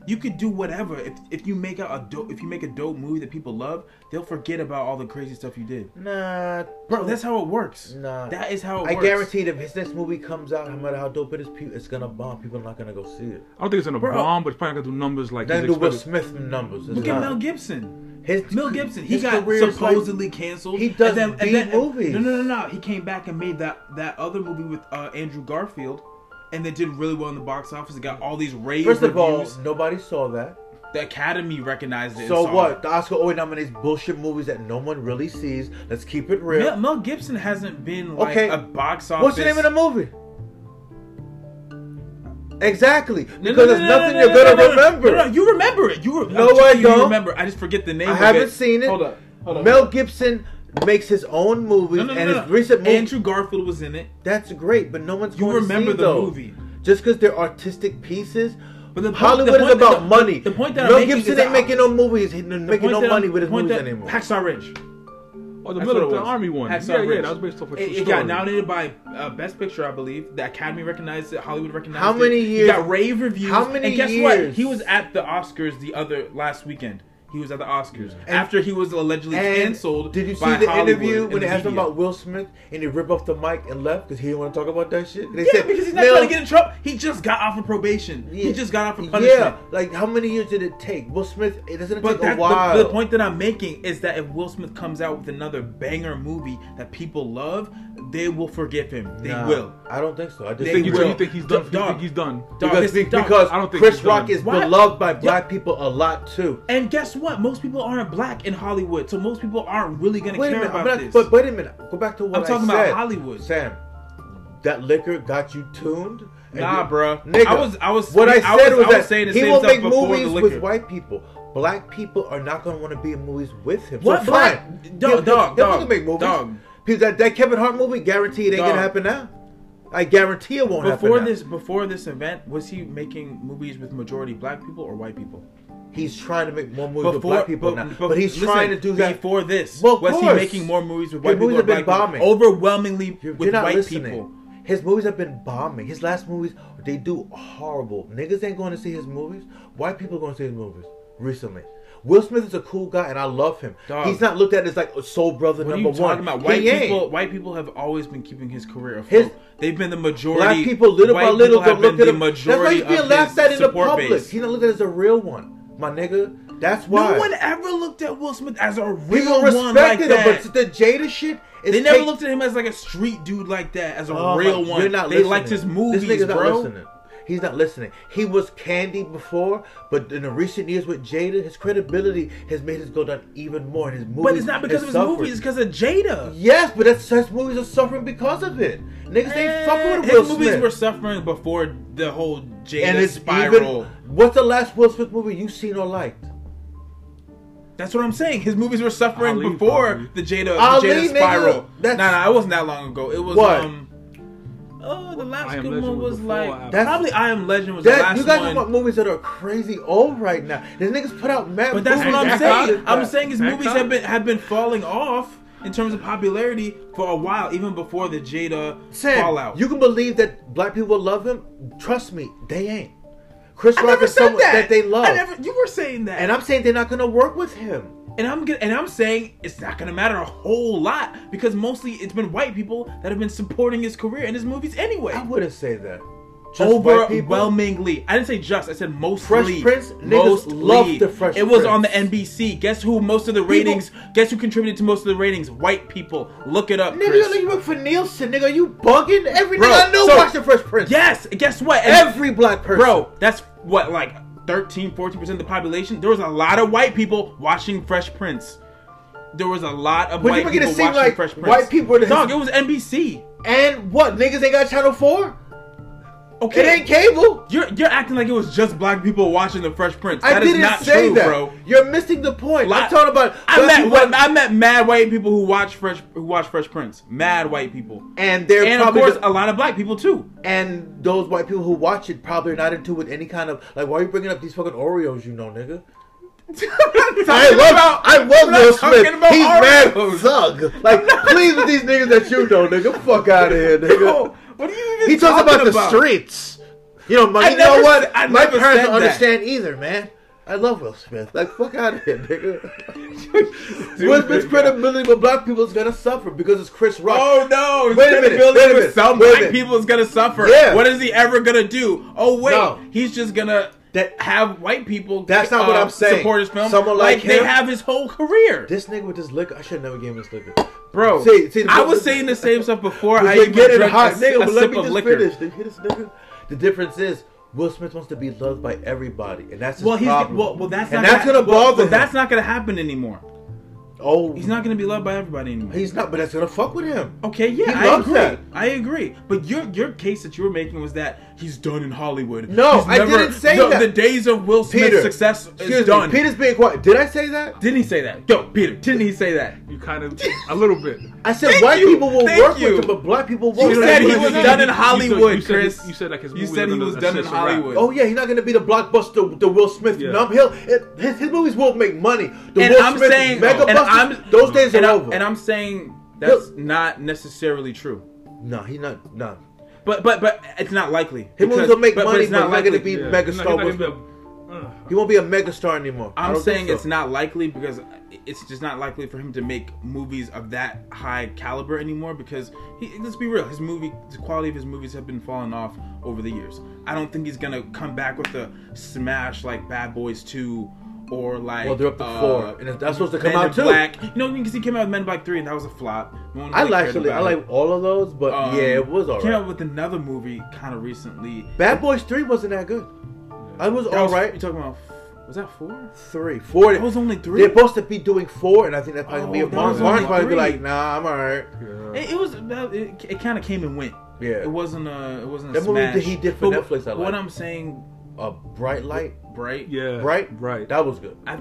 Speaker 2: You could do whatever. If, if you make out a dope, if you make a dope movie that people love, they'll forget about all the crazy stuff you did.
Speaker 1: nah,
Speaker 2: Bro, that's how it works.
Speaker 1: Nah.
Speaker 2: that is how it
Speaker 1: I
Speaker 2: works.
Speaker 1: guarantee that if this movie comes out, no matter how dope it is, pe- it's gonna bomb. People are not gonna go see it.
Speaker 3: I don't think it's going to
Speaker 2: Bro.
Speaker 3: bomb, but it's probably going to do numbers like
Speaker 1: Then
Speaker 3: he's
Speaker 1: do Will
Speaker 3: expected.
Speaker 1: Smith numbers. It's
Speaker 2: Look at
Speaker 1: not-
Speaker 2: Mel Gibson.
Speaker 1: His
Speaker 2: Mel Gibson, he
Speaker 1: his
Speaker 2: got
Speaker 1: career is like-
Speaker 2: supposedly canceled.
Speaker 1: He does B movies.
Speaker 2: No, no, no, no. He came back and made that that other movie with uh, Andrew Garfield, and they did really well in the box office. It got all these rave
Speaker 1: First of all,
Speaker 2: reviews.
Speaker 1: nobody saw that.
Speaker 2: the Academy recognized it. and
Speaker 1: So
Speaker 2: saw
Speaker 1: what?
Speaker 2: it.
Speaker 1: The Oscar always nominates bullshit movies that no one really sees. Let's keep it real.
Speaker 2: Mel, Mel Gibson hasn't been like
Speaker 1: Okay.
Speaker 2: a box office.
Speaker 1: What's the name of the movie? Exactly. Because
Speaker 2: No, no,
Speaker 1: there's
Speaker 2: no, no,
Speaker 1: nothing
Speaker 2: no,
Speaker 1: you're
Speaker 2: no,
Speaker 1: gonna
Speaker 2: no, no, no,
Speaker 1: remember.
Speaker 2: No, no, you remember it. You, re-
Speaker 1: No,
Speaker 2: I'm telling
Speaker 1: I
Speaker 2: you, you
Speaker 1: don't.
Speaker 2: remember. I just forget the name.
Speaker 1: I
Speaker 2: of
Speaker 1: haven't
Speaker 2: it.
Speaker 1: seen it.
Speaker 2: Hold up. Hold up.
Speaker 1: Mel Gibson makes his own movies,
Speaker 2: No, no, no,
Speaker 1: and
Speaker 2: no,
Speaker 1: his
Speaker 2: no.
Speaker 1: recent movies.
Speaker 2: Andrew Garfield was in it.
Speaker 1: That's great, but no one's
Speaker 2: You
Speaker 1: going to
Speaker 2: remember
Speaker 1: see
Speaker 2: the
Speaker 1: those.
Speaker 2: movie.
Speaker 1: Just because they're artistic pieces.
Speaker 2: But the point-
Speaker 1: Hollywood
Speaker 2: the
Speaker 1: is
Speaker 2: point-
Speaker 1: about
Speaker 2: the-
Speaker 1: money.
Speaker 2: the point that I'm
Speaker 1: Mel
Speaker 2: making
Speaker 1: Gibson
Speaker 2: is that
Speaker 1: ain't making no movies. He's n- making
Speaker 2: Point
Speaker 1: no
Speaker 2: that-
Speaker 1: money with his
Speaker 2: point
Speaker 1: movies
Speaker 2: that-
Speaker 1: anymore.
Speaker 2: Hacksaw Ridge.
Speaker 3: Oh, the
Speaker 2: That's what it
Speaker 3: military, the
Speaker 2: was.
Speaker 3: army one.
Speaker 2: Hacksaw
Speaker 3: yeah, yeah,
Speaker 2: Ridge.
Speaker 3: that was based off a true
Speaker 2: It,
Speaker 3: story.
Speaker 2: it got nominated by uh, Best Picture, I believe. The Academy recognized it. Hollywood recognized
Speaker 1: How
Speaker 2: it.
Speaker 1: many years-
Speaker 2: It got rave reviews.
Speaker 1: How many
Speaker 2: And guess what?
Speaker 1: years?
Speaker 2: He was at the Oscars the other last weekend. He was at the Oscars after he was allegedly
Speaker 1: And
Speaker 2: canceled.
Speaker 1: Did you see
Speaker 2: by
Speaker 1: the
Speaker 2: Hollywood
Speaker 1: interview when
Speaker 2: and the
Speaker 1: they asked him
Speaker 2: media.
Speaker 1: about Will Smith and he ripped off the mic and left because he didn't want to talk about that shit? They
Speaker 2: Yeah,
Speaker 1: said,
Speaker 2: because he's not
Speaker 1: "Mel,
Speaker 2: trying to get in trouble. He just got off of probation.
Speaker 1: Yeah.
Speaker 2: He just got off of punishment.
Speaker 1: Yeah, like how many years did it take? Will Smith, it doesn't
Speaker 2: But
Speaker 1: take
Speaker 2: that,
Speaker 1: a while.
Speaker 2: the, the point that I'm making is that if Will Smith comes out with another banger movie that people love, they will forgive him. They
Speaker 1: Nah,
Speaker 2: will.
Speaker 1: I don't think so. I just
Speaker 2: They
Speaker 3: Think
Speaker 1: think
Speaker 3: you,
Speaker 2: will.
Speaker 3: you think he's done? You
Speaker 2: Dog.
Speaker 3: think he's done?
Speaker 2: Dog,
Speaker 1: because,
Speaker 2: this- dog,
Speaker 1: because
Speaker 3: I don't think
Speaker 1: Chris
Speaker 3: he's
Speaker 1: Rock
Speaker 3: done.
Speaker 1: is
Speaker 2: Why?
Speaker 1: beloved by black
Speaker 2: Yeah.
Speaker 1: people a lot too.
Speaker 2: And guess what? Most people aren't black in Hollywood, so most people aren't really gonna
Speaker 1: Wait a
Speaker 2: care
Speaker 1: minute,
Speaker 2: about
Speaker 1: I'm not-
Speaker 2: this.
Speaker 1: but wait a minute. Go back to what
Speaker 2: I'm talking
Speaker 1: I
Speaker 2: about
Speaker 1: said.
Speaker 2: Hollywood.
Speaker 1: Sam, that liquor got you tuned. And
Speaker 2: Nah,
Speaker 1: you-
Speaker 2: bruh.
Speaker 1: Nigga,
Speaker 2: I was- I was-
Speaker 1: What I
Speaker 2: I
Speaker 1: said
Speaker 2: was-
Speaker 1: was,
Speaker 2: I was
Speaker 1: that
Speaker 2: saying the
Speaker 1: he
Speaker 2: same
Speaker 1: will
Speaker 2: stuff
Speaker 1: make
Speaker 2: before the
Speaker 1: movies
Speaker 2: liquor.
Speaker 1: with white people. Black people are not going to want to be in movies with him.
Speaker 2: What
Speaker 1: So
Speaker 2: black-
Speaker 1: fine.
Speaker 2: Dog,
Speaker 1: He'll-
Speaker 2: dog,
Speaker 1: he'll
Speaker 2: dog,
Speaker 1: fucking make movies.
Speaker 2: dog.
Speaker 1: Because That, that Kevin Hart movie, guarantee it ain't
Speaker 2: Dog.
Speaker 1: gonna happen now. I guarantee it won't happen.
Speaker 2: before
Speaker 1: now.
Speaker 2: this, before this event, was he making movies with majority black people or white people?
Speaker 1: he's trying to make more movies
Speaker 2: Before
Speaker 1: with black people
Speaker 2: but-
Speaker 1: now.
Speaker 2: but
Speaker 1: But, he's
Speaker 2: listen,
Speaker 1: trying to do that.
Speaker 2: before this.
Speaker 1: Well, of
Speaker 2: was he
Speaker 1: course.
Speaker 2: making more movies with
Speaker 1: His
Speaker 2: white people?
Speaker 1: movies
Speaker 2: or
Speaker 1: have been
Speaker 2: black people?
Speaker 1: bombing.
Speaker 2: overwhelmingly
Speaker 1: You're,
Speaker 2: with
Speaker 1: you're not
Speaker 2: white
Speaker 1: listening.
Speaker 2: people.
Speaker 1: His movies have been bombing. His last movies, they do horrible. Niggas ain't going to see his movies. White people going to see his movies recently. Will Smith is a cool guy, and I love him.
Speaker 2: Dog.
Speaker 1: He's not looked at as like a soul brother
Speaker 2: What are you
Speaker 1: number
Speaker 2: talking
Speaker 1: one.
Speaker 2: about? White
Speaker 1: He ain't.
Speaker 2: people, white people have always been keeping his career afloat.
Speaker 1: His-
Speaker 2: They've been the majority.
Speaker 1: Black people, little
Speaker 2: white
Speaker 1: by little,
Speaker 2: people have
Speaker 1: don't look
Speaker 2: been
Speaker 1: at
Speaker 2: the
Speaker 1: him. That's
Speaker 2: majority
Speaker 1: why he's being
Speaker 2: of
Speaker 1: laughed
Speaker 2: his
Speaker 1: at in the
Speaker 2: support
Speaker 1: public.
Speaker 2: base.
Speaker 1: He's not looked at as a real one, my nigga. That's why.
Speaker 2: No one ever looked at Will Smith as a real
Speaker 1: people
Speaker 2: one like
Speaker 1: respected
Speaker 2: that.
Speaker 1: him, but the Jada shit. Is
Speaker 2: they never
Speaker 1: take-
Speaker 2: looked at him as like a street dude like that, as a
Speaker 1: Oh,
Speaker 2: real
Speaker 1: my-
Speaker 2: one.
Speaker 1: You're not
Speaker 2: they
Speaker 1: listening.
Speaker 2: liked his movies,
Speaker 1: this nigga's Not
Speaker 2: bro.
Speaker 1: listening. He's not listening. He was candy before, but in the recent years with Jada, his credibility has made his go down even more. And his movies,
Speaker 2: But it's not because of
Speaker 1: has
Speaker 2: his
Speaker 1: suffered.
Speaker 2: movies; it's because of Jada.
Speaker 1: Yes, but that's his movies are suffering because of it. Niggas ain't fucking with
Speaker 2: Eh,
Speaker 1: Will
Speaker 2: his movies
Speaker 1: Smith.
Speaker 2: were suffering before the whole Jada
Speaker 1: and it's
Speaker 2: spiral.
Speaker 1: even. What's the last Will Smith movie you seen or liked?
Speaker 2: That's what I'm saying. His movies were suffering
Speaker 3: Ali,
Speaker 2: before the
Speaker 3: probably.
Speaker 2: Jada,
Speaker 1: Ali,
Speaker 2: the Jada
Speaker 1: nigga.
Speaker 2: spiral.
Speaker 1: That's-
Speaker 2: Nah, nah, it wasn't that long ago. It was
Speaker 1: What?
Speaker 2: um. Oh, the
Speaker 3: I
Speaker 2: last
Speaker 3: Am
Speaker 2: good
Speaker 3: Legend
Speaker 2: one
Speaker 3: was
Speaker 2: was
Speaker 3: before
Speaker 2: like
Speaker 3: or after?
Speaker 1: That's-
Speaker 2: probably I Am Legend was the
Speaker 1: That
Speaker 2: last
Speaker 1: you guys
Speaker 2: one.
Speaker 1: talking about movies that are crazy old right now. These niggas put out mad.
Speaker 2: But that's
Speaker 1: movies
Speaker 2: what I'm
Speaker 1: after
Speaker 2: saying.
Speaker 1: that.
Speaker 2: I'm saying his
Speaker 3: Back
Speaker 2: movies
Speaker 3: up.
Speaker 2: have been have been falling off in terms of popularity for a while, even before the Jada
Speaker 1: Sam,
Speaker 2: fallout.
Speaker 1: you can believe that black people love him. Trust me, they ain't. Chris
Speaker 2: I
Speaker 1: Rock
Speaker 2: never
Speaker 1: is
Speaker 2: said
Speaker 1: someone
Speaker 2: that.
Speaker 1: that. they love,
Speaker 2: I never. You were saying that,
Speaker 1: and I'm saying they're not gonna work with him.
Speaker 2: and I'm get- and I'm saying it's not gonna matter a whole lot because mostly it's been white people that have been supporting his career and his movies anyway.
Speaker 1: I wouldn't say that. Just white people?
Speaker 2: overwhelmingly. I didn't say just. I said
Speaker 1: Fresh
Speaker 2: mostly.
Speaker 1: Prince? Niggas love the Fresh
Speaker 2: It was
Speaker 1: Prince.
Speaker 2: on the NBC. Guess who? Most of the ratings. Guess who contributed to most of the ratings? White people. Look it up,
Speaker 1: Nigga,
Speaker 2: Chris.
Speaker 1: you look- you work for Nielsen, nigga. You bugging? Every
Speaker 2: Bro,
Speaker 1: nigga I know
Speaker 2: so-
Speaker 1: watched the Fresh Prince.
Speaker 2: yes. and Guess what? And-
Speaker 1: Every black person.
Speaker 2: bro, that's what like 13, 14 percent of the population. There was a lot of white people watching Fresh Prince. There was a lot of
Speaker 1: But you
Speaker 2: white
Speaker 1: make it
Speaker 2: people
Speaker 1: seem
Speaker 2: watching
Speaker 1: like
Speaker 2: Fresh Prince.
Speaker 1: white people are the-
Speaker 2: Dog, it was NBC.
Speaker 1: And what? Niggas ain't got Channel 4? It
Speaker 2: Okay.
Speaker 1: ain't cable.
Speaker 2: You're you're acting like it was just black people watching the Fresh Prince.
Speaker 1: I
Speaker 2: That is
Speaker 1: didn't
Speaker 2: not
Speaker 1: say
Speaker 2: true,
Speaker 1: that.
Speaker 2: bro.
Speaker 1: You're missing the point.
Speaker 2: Lot-
Speaker 1: I'm talking about.
Speaker 2: I
Speaker 1: black
Speaker 2: met
Speaker 1: people
Speaker 2: what, I met mad white people who watch Fresh who watch Fresh Prince. Mad white people.
Speaker 1: and they're
Speaker 2: And of
Speaker 1: probably
Speaker 2: course
Speaker 1: the-
Speaker 2: a lot of black
Speaker 1: <laughs>
Speaker 2: people too.
Speaker 1: and those white people who watch it probably are not into with any kind of like. Why are you bringing up these fucking Oreos? You know, nigga. I love <laughs> I love Will
Speaker 2: talking
Speaker 1: Smith.
Speaker 2: about
Speaker 1: He's
Speaker 2: Oreos.
Speaker 1: mad zug. Like, please with these niggas that you know, nigga. Fuck out of <laughs> here, nigga.
Speaker 2: What are you even
Speaker 1: He talks
Speaker 2: talking
Speaker 1: about the streets. You know, my,
Speaker 2: I
Speaker 1: you
Speaker 2: never
Speaker 1: know
Speaker 2: s-
Speaker 1: what?
Speaker 2: I
Speaker 1: my
Speaker 2: never
Speaker 1: parents
Speaker 2: said
Speaker 1: don't
Speaker 2: that.
Speaker 1: understand either, man. I love Will Smith. Like, fuck out of here, <laughs> nigga. Will Smith's credibility with black people is gonna suffer because it's Chris Rock. <laughs>
Speaker 2: Oh no!
Speaker 1: Wait a minute,
Speaker 2: credibility
Speaker 1: wait a
Speaker 2: with
Speaker 1: minute,
Speaker 2: Some
Speaker 1: wait a
Speaker 2: black
Speaker 1: minute.
Speaker 2: people is gonna suffer.
Speaker 1: Yeah.
Speaker 2: What is he ever gonna do? Oh wait,
Speaker 1: No.
Speaker 2: he's just gonna
Speaker 1: That-
Speaker 2: have white people. uh,
Speaker 1: That's not what I'm saying.
Speaker 2: Support his film.
Speaker 1: Someone like
Speaker 2: they
Speaker 1: him-
Speaker 2: have his whole career,
Speaker 1: This nigga with this liquor, I should never give him this liquor.
Speaker 2: bro.
Speaker 1: See- see, the-
Speaker 2: I was saying the same stuff before. I
Speaker 1: You're
Speaker 2: even
Speaker 1: getting
Speaker 2: drank
Speaker 1: hot,
Speaker 2: a,
Speaker 1: nigga.
Speaker 2: a
Speaker 1: But let
Speaker 2: sip
Speaker 1: me
Speaker 2: of
Speaker 1: just
Speaker 2: liquor.
Speaker 1: finish. Did you hear this nigga? The difference is Will Smith wants to be loved by everybody, and that's his
Speaker 2: Well, he's
Speaker 1: problem.
Speaker 2: well, well. That's
Speaker 1: and
Speaker 2: not
Speaker 1: that's gonna
Speaker 2: well,
Speaker 1: bother
Speaker 2: well,
Speaker 1: him.
Speaker 2: That's not gonna happen anymore.
Speaker 1: oh,
Speaker 2: He's not gonna be loved by everybody anymore.
Speaker 1: He's not, but that's gonna fuck with him.
Speaker 2: Okay, yeah,
Speaker 1: He
Speaker 2: I
Speaker 1: loves
Speaker 2: agree.
Speaker 1: that.
Speaker 2: I agree. But your your case that you were making was that he's done in Hollywood.
Speaker 1: No,
Speaker 2: He's
Speaker 1: I didn't say
Speaker 2: the,
Speaker 1: that.
Speaker 2: The days of Will Smith's
Speaker 1: Peter,
Speaker 2: success
Speaker 1: Excuse
Speaker 2: is done.
Speaker 1: me. Peter's being quiet. Did I say that?
Speaker 2: didn't he say that? Yo, Peter, didn't he say that?
Speaker 3: You kind of a little bit.
Speaker 1: I said
Speaker 2: Thank
Speaker 1: white
Speaker 2: you.
Speaker 1: people will
Speaker 2: Thank
Speaker 1: work
Speaker 2: you.
Speaker 1: with him, but black people
Speaker 2: You
Speaker 1: won't.
Speaker 2: said
Speaker 1: That's
Speaker 2: he
Speaker 1: what
Speaker 2: was
Speaker 1: it is.
Speaker 2: done in
Speaker 3: You said-
Speaker 2: Hollywood,
Speaker 3: you said-
Speaker 2: Chris.
Speaker 3: you said like his
Speaker 2: You
Speaker 3: movies
Speaker 2: said
Speaker 3: are
Speaker 2: he
Speaker 3: gonna-
Speaker 2: was
Speaker 3: it's
Speaker 2: done in
Speaker 3: just a wrap.
Speaker 1: <laughs>
Speaker 2: Hollywood.
Speaker 1: Oh yeah, he's not gonna be the blockbuster, the Will Smith
Speaker 3: Yeah.
Speaker 1: numb hill. It, his, his movies won't make money. The
Speaker 2: And
Speaker 1: Will
Speaker 2: I'm
Speaker 1: Smith
Speaker 2: saying-
Speaker 1: mega
Speaker 2: and
Speaker 1: busters,
Speaker 2: I'm-
Speaker 1: those days
Speaker 2: And,
Speaker 1: are
Speaker 2: I,
Speaker 1: over.
Speaker 2: and I'm saying that's
Speaker 1: Look.
Speaker 2: not necessarily true.
Speaker 1: no, he's not. No,
Speaker 2: But but but it's not likely.
Speaker 1: his
Speaker 2: Because-
Speaker 1: movies will make
Speaker 2: but- but
Speaker 1: money,
Speaker 2: it's
Speaker 1: but he's not gonna
Speaker 2: likely.
Speaker 1: be
Speaker 3: Yeah.
Speaker 1: mega
Speaker 3: He's not-
Speaker 1: star.
Speaker 3: he's
Speaker 1: Will
Speaker 3: not
Speaker 1: Smith.
Speaker 3: gonna be a- uh, Ugh.
Speaker 1: He won't be a mega star anymore. I
Speaker 2: I'm
Speaker 1: don't
Speaker 2: saying
Speaker 1: think so.
Speaker 2: it's not likely because it's just not likely for him to make movies of that high caliber anymore. Because he, let's be real, his movie, the quality of his movies have been falling off over the years. I don't think he's gonna come back with a smash like Bad Boys Two or like.
Speaker 1: Well, they're up to
Speaker 2: uh,
Speaker 1: four, and that's supposed to come
Speaker 2: Men
Speaker 1: out
Speaker 2: in
Speaker 1: too.
Speaker 2: Black. You know, because he came out with Men in Black Three, and that was a flop. No one
Speaker 1: I
Speaker 2: really cared
Speaker 1: actually, I
Speaker 2: about it.
Speaker 1: like all of those, but
Speaker 2: Um,
Speaker 1: yeah, it was
Speaker 2: Came
Speaker 1: alright.
Speaker 2: out with another movie kind of recently.
Speaker 1: Bad Boys Three wasn't that good. I was
Speaker 2: That was-
Speaker 1: alright.
Speaker 2: You talking about? f- Was that four?
Speaker 1: Three, four.
Speaker 2: That was only three?
Speaker 1: They're supposed to be doing four, and I think that's probably gonna be
Speaker 2: Oh,
Speaker 1: a
Speaker 2: that
Speaker 1: Barnes.
Speaker 2: was
Speaker 1: Barnes
Speaker 2: only
Speaker 1: probably be
Speaker 2: three.
Speaker 1: like, nah, I'm alright.
Speaker 3: Yeah.
Speaker 2: It, it was uh, it, it kind of came and went.
Speaker 1: Yeah.
Speaker 2: It wasn't a it wasn't a
Speaker 1: That movie
Speaker 2: smash.
Speaker 1: that he did for
Speaker 2: But
Speaker 1: Netflix, I
Speaker 2: What
Speaker 1: liked.
Speaker 2: I'm saying,
Speaker 1: A bright light,
Speaker 2: bright.
Speaker 3: Yeah.
Speaker 1: bright,
Speaker 3: Right.
Speaker 1: That was good.
Speaker 2: I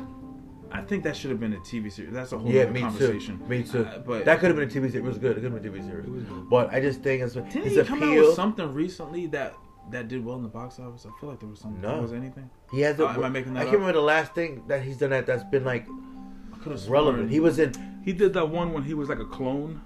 Speaker 2: I think that should have been a TV series. That's a whole
Speaker 1: Yeah,
Speaker 2: other
Speaker 1: me too.
Speaker 2: conversation.
Speaker 1: Me too.
Speaker 2: Uh, but
Speaker 1: that could have been a TV series. It was good. It could have been a TV series. But I just think it's
Speaker 2: didn't
Speaker 1: his
Speaker 2: he come out
Speaker 1: appeal.
Speaker 2: with something recently that that did well in the box office? I feel like there was something.
Speaker 1: No.
Speaker 2: Was there anything?
Speaker 1: He has. A,
Speaker 2: Oh, am I making that
Speaker 1: I
Speaker 2: up?
Speaker 1: can't remember the last thing that he's done that that's been like
Speaker 2: I could have
Speaker 1: relevant. He was in.
Speaker 3: He did that one when he was like a clone.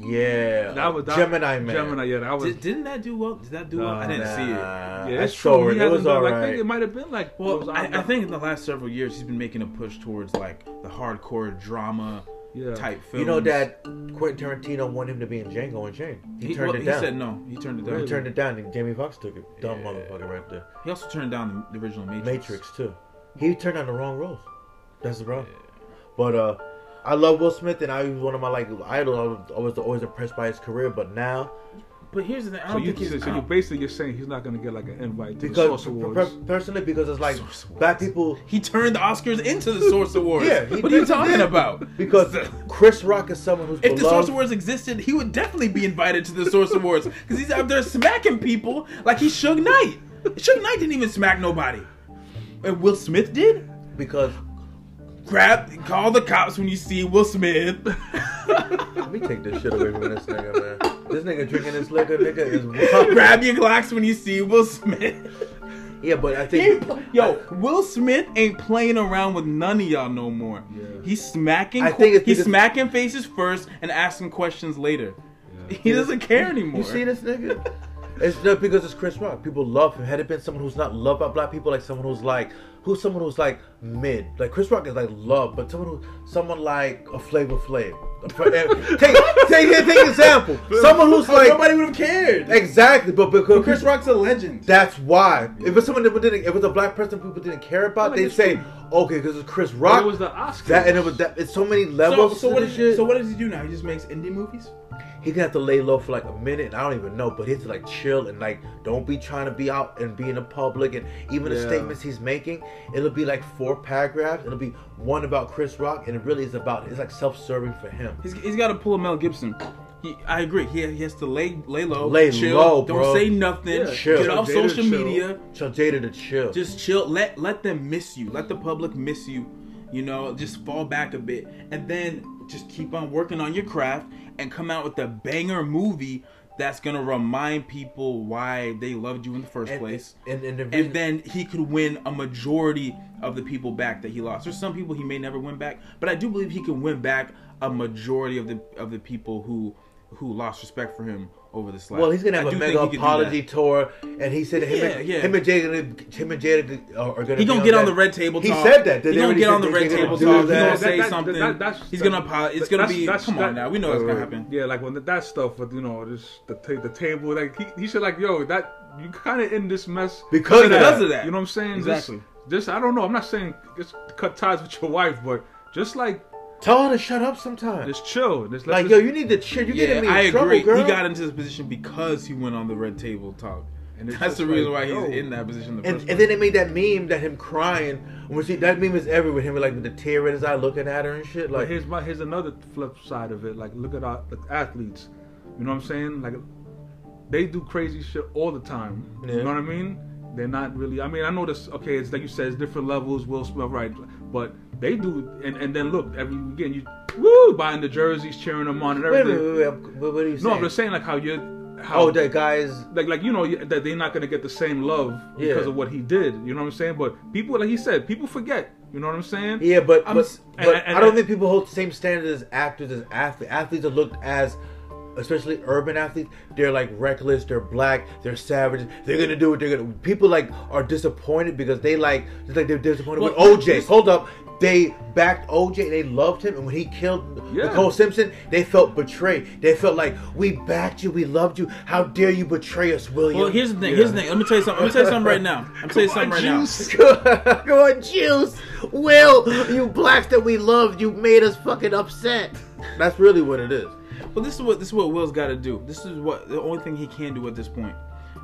Speaker 1: Yeah,
Speaker 3: That was that,
Speaker 1: Gemini Man.
Speaker 3: Gemini, yeah, that was.
Speaker 2: Did, didn't that do well? Did that do well? I
Speaker 3: Nah.
Speaker 2: didn't see it.
Speaker 1: Nah,
Speaker 3: yeah,
Speaker 1: I
Speaker 3: it's
Speaker 1: saw
Speaker 3: true.
Speaker 1: it.
Speaker 3: He
Speaker 1: It
Speaker 3: hasn't
Speaker 1: was
Speaker 3: done,
Speaker 1: all
Speaker 3: like, I think
Speaker 1: right.
Speaker 3: it might have been like. it was
Speaker 2: Well, I,
Speaker 3: out-
Speaker 2: I think in the last several years he's been making a push towards like the hardcore drama
Speaker 3: Yeah.
Speaker 2: type films.
Speaker 1: You know that Quentin Tarantino wanted him to be in Django Unchained. He,
Speaker 2: he,
Speaker 1: turned
Speaker 2: well,
Speaker 1: it
Speaker 2: he
Speaker 1: down.
Speaker 2: said no. He turned it down.
Speaker 1: He turned it down, and Jamie Foxx took it. Dumb motherfucker right there.
Speaker 2: He also turned down the, the original Matrix.
Speaker 1: Matrix too. He turned down the wrong roles. That's the problem. But uh, I love Will Smith, and I was one of my like idols. I was, I was always impressed by his career, but now
Speaker 2: But here's the thing. I
Speaker 3: So
Speaker 2: don't
Speaker 3: you
Speaker 2: think he's.
Speaker 3: so
Speaker 2: I
Speaker 3: you
Speaker 2: don't-
Speaker 3: basically you're saying he's not gonna get like an invite to the
Speaker 1: because
Speaker 3: Source Awards.
Speaker 1: per- personally, because it's like
Speaker 2: Source Awards.
Speaker 1: black people.
Speaker 2: he turned the Oscars into the <laughs> Source Awards.
Speaker 1: Yeah, he
Speaker 2: what are you
Speaker 1: did-
Speaker 2: talking about?
Speaker 3: <laughs>
Speaker 1: Because Chris Rock is someone who's
Speaker 2: If the Source
Speaker 1: beloved.
Speaker 2: Awards existed, he would definitely be invited to the Source Awards because he's out there smacking people like he's Suge Knight. Suge Knight didn't even smack nobody, and Will Smith did.
Speaker 1: because
Speaker 2: Grab, call the cops when you see Will Smith. <laughs>
Speaker 1: let me take this shit away from this nigga, man. This nigga drinking this liquor, nigga is wild.
Speaker 2: Grab your Glocks when you see Will Smith.
Speaker 1: Yeah, but I
Speaker 2: He ain't
Speaker 1: think
Speaker 2: pl- <laughs> Yo, Will Smith ain't playing around with none of y'all no more. He's smacking.
Speaker 1: I think it's
Speaker 2: he's
Speaker 1: because-
Speaker 2: smacking faces first and asking questions later. He doesn't care anymore.
Speaker 1: You see this nigga? It's not because it's Chris Rock. People love him. Had it been someone who's not loved by black people, like someone who's like, who's someone who's like mid, like Chris Rock is like loved, but someone who, someone like a Flavor Flav, For- take, take, take an example. Someone who's like
Speaker 2: Oh, Nobody would have cared.
Speaker 1: exactly, but because
Speaker 2: Chris Rock's a legend.
Speaker 1: That's why. If it's someone that didn't, if it's a black person people didn't care about,
Speaker 3: Like,
Speaker 1: they'd
Speaker 3: it's
Speaker 1: say, okay, because it's Chris
Speaker 3: But
Speaker 1: Rock.
Speaker 3: it was the Oscars.
Speaker 1: that and it was that. It's so many
Speaker 2: So,
Speaker 1: levels.
Speaker 2: so
Speaker 1: to
Speaker 2: what?
Speaker 1: this
Speaker 2: Is,
Speaker 1: shit.
Speaker 2: so what does he do now? He just makes indie movies.
Speaker 1: He gonna have to lay low for like a minute. And I don't even know, but he has to like chill and like don't be trying to be out and be in the public. And even the
Speaker 2: Yeah.
Speaker 1: statements he's making, it'll be like four paragraphs. It'll be one about Chris Rock, and it really is about it's like self-serving for him.
Speaker 2: He's, he's got to pull a Mel Gibson. He, I agree. He, he has to lay lay low,
Speaker 1: Lay
Speaker 2: chill,
Speaker 1: low,
Speaker 2: don't
Speaker 1: bro.
Speaker 2: say nothing,
Speaker 1: Yeah, chill.
Speaker 2: get off
Speaker 3: Data
Speaker 2: social
Speaker 3: chill.
Speaker 2: media,
Speaker 1: Tell Jada to chill.
Speaker 2: just chill. Let let them miss you. Let the public miss you. You know, just fall back a bit, and then just keep on working on your craft and come out with a banger movie that's gonna remind people why they loved you in the first
Speaker 1: and,
Speaker 2: place.
Speaker 1: and, and, the reason-
Speaker 2: And then he could win a majority of the people back that he lost. There's some people he may never win back, but I do believe he can win back a majority of the of the people who who lost respect for him over the slap.
Speaker 1: Well, he's gonna
Speaker 2: I
Speaker 1: have a
Speaker 2: do
Speaker 1: mega
Speaker 2: think he could do
Speaker 1: apology
Speaker 2: that.
Speaker 1: tour, and he said him, and,
Speaker 2: Yeah, yeah.
Speaker 1: him and Jada, him and Jada are, are gonna. be
Speaker 2: He gonna get on
Speaker 1: that-
Speaker 2: the red table
Speaker 1: He
Speaker 2: talk.
Speaker 1: said that. Did they
Speaker 2: He gonna
Speaker 1: already
Speaker 2: get
Speaker 1: say
Speaker 2: on the
Speaker 1: they're
Speaker 2: red
Speaker 1: gonna
Speaker 2: table
Speaker 1: do
Speaker 2: talk. He
Speaker 1: that?
Speaker 2: gonna
Speaker 3: That-
Speaker 2: say
Speaker 3: that-
Speaker 2: something.
Speaker 3: that- that's-
Speaker 2: he's gonna apo- It's gonna
Speaker 3: That's-
Speaker 2: be.
Speaker 3: that's-
Speaker 2: Come on
Speaker 3: that-
Speaker 2: now. We know it's gonna happen.
Speaker 3: Yeah, like when the, that stuff with you know just the ta- the table, like he, he should like yo that you kind of in this mess
Speaker 1: Because of
Speaker 2: that. Because of that.
Speaker 3: You know what I'm saying?
Speaker 2: Exactly.
Speaker 3: Just, just I don't know. I'm not saying just cut ties with your wife, but just like
Speaker 1: Tell her to shut up sometimes.
Speaker 3: just chill. Just let
Speaker 1: Like yo,
Speaker 3: this-
Speaker 1: you need to chill. You
Speaker 2: Yeah,
Speaker 1: getting me in
Speaker 2: I agree.
Speaker 1: trouble, girl.
Speaker 2: He got into this position because he went on the red table talk.
Speaker 3: And
Speaker 2: And
Speaker 3: it's
Speaker 2: that's the
Speaker 3: just
Speaker 2: reason why
Speaker 3: like,
Speaker 2: he's
Speaker 3: yo.
Speaker 2: in that position. In the
Speaker 1: and,
Speaker 2: first
Speaker 1: and then
Speaker 2: place.
Speaker 1: they made that meme that him crying. When she, that meme is everywhere. Him like with the tear in his eye, looking at her and shit.
Speaker 3: But
Speaker 1: Like
Speaker 3: here's my here's another flip side of it. Like look at our the athletes. You know what I'm saying? Like they do crazy shit all the time.
Speaker 1: Yeah.
Speaker 3: You know what I mean? They're not really. I mean, I know this. Okay, it's like you said, it's different levels. Will Smith, right? But they do. And and then look every again. You woo buying the jerseys, cheering them on, and
Speaker 1: wait, wait,
Speaker 3: everything.
Speaker 1: wait, wait, I'm- What what are you saying?
Speaker 3: No, I'm just saying um, like how you're. How,
Speaker 1: Oh, that guy's.
Speaker 3: like like you know you- that they're not gonna get the same love because
Speaker 1: Yeah.
Speaker 3: of what he did. You know what I'm saying? But people, like he said, people forget. You know what I'm saying?
Speaker 1: Yeah, but
Speaker 2: I'm
Speaker 1: but,
Speaker 2: s-
Speaker 1: but
Speaker 3: and- and-
Speaker 1: I don't think people hold the same standard as actors as athletes. Athletes are looked as, especially urban athletes, they're like reckless. They're black. They're savage. They're gonna do what they're gonna. People like are disappointed because they like just like they're disappointed
Speaker 2: Well,
Speaker 1: with OJ.
Speaker 2: this-
Speaker 1: Hold up, they backed OJ. They loved him, and when he killed
Speaker 3: Yeah.
Speaker 1: Nicole Simpson, they felt betrayed. They felt like we backed you. We loved you. How dare you betray us, William?
Speaker 2: Well, here's the thing. Here's the thing. Let me tell you something. Let me tell you something right now. I'm tell you something right
Speaker 1: <laughs> Come on, Juice. Will, you blacks that we loved, you made us fucking upset. That's really what it is.
Speaker 2: now. Well, this is what this is what Will's got to do. This is what the only thing he can do at this point.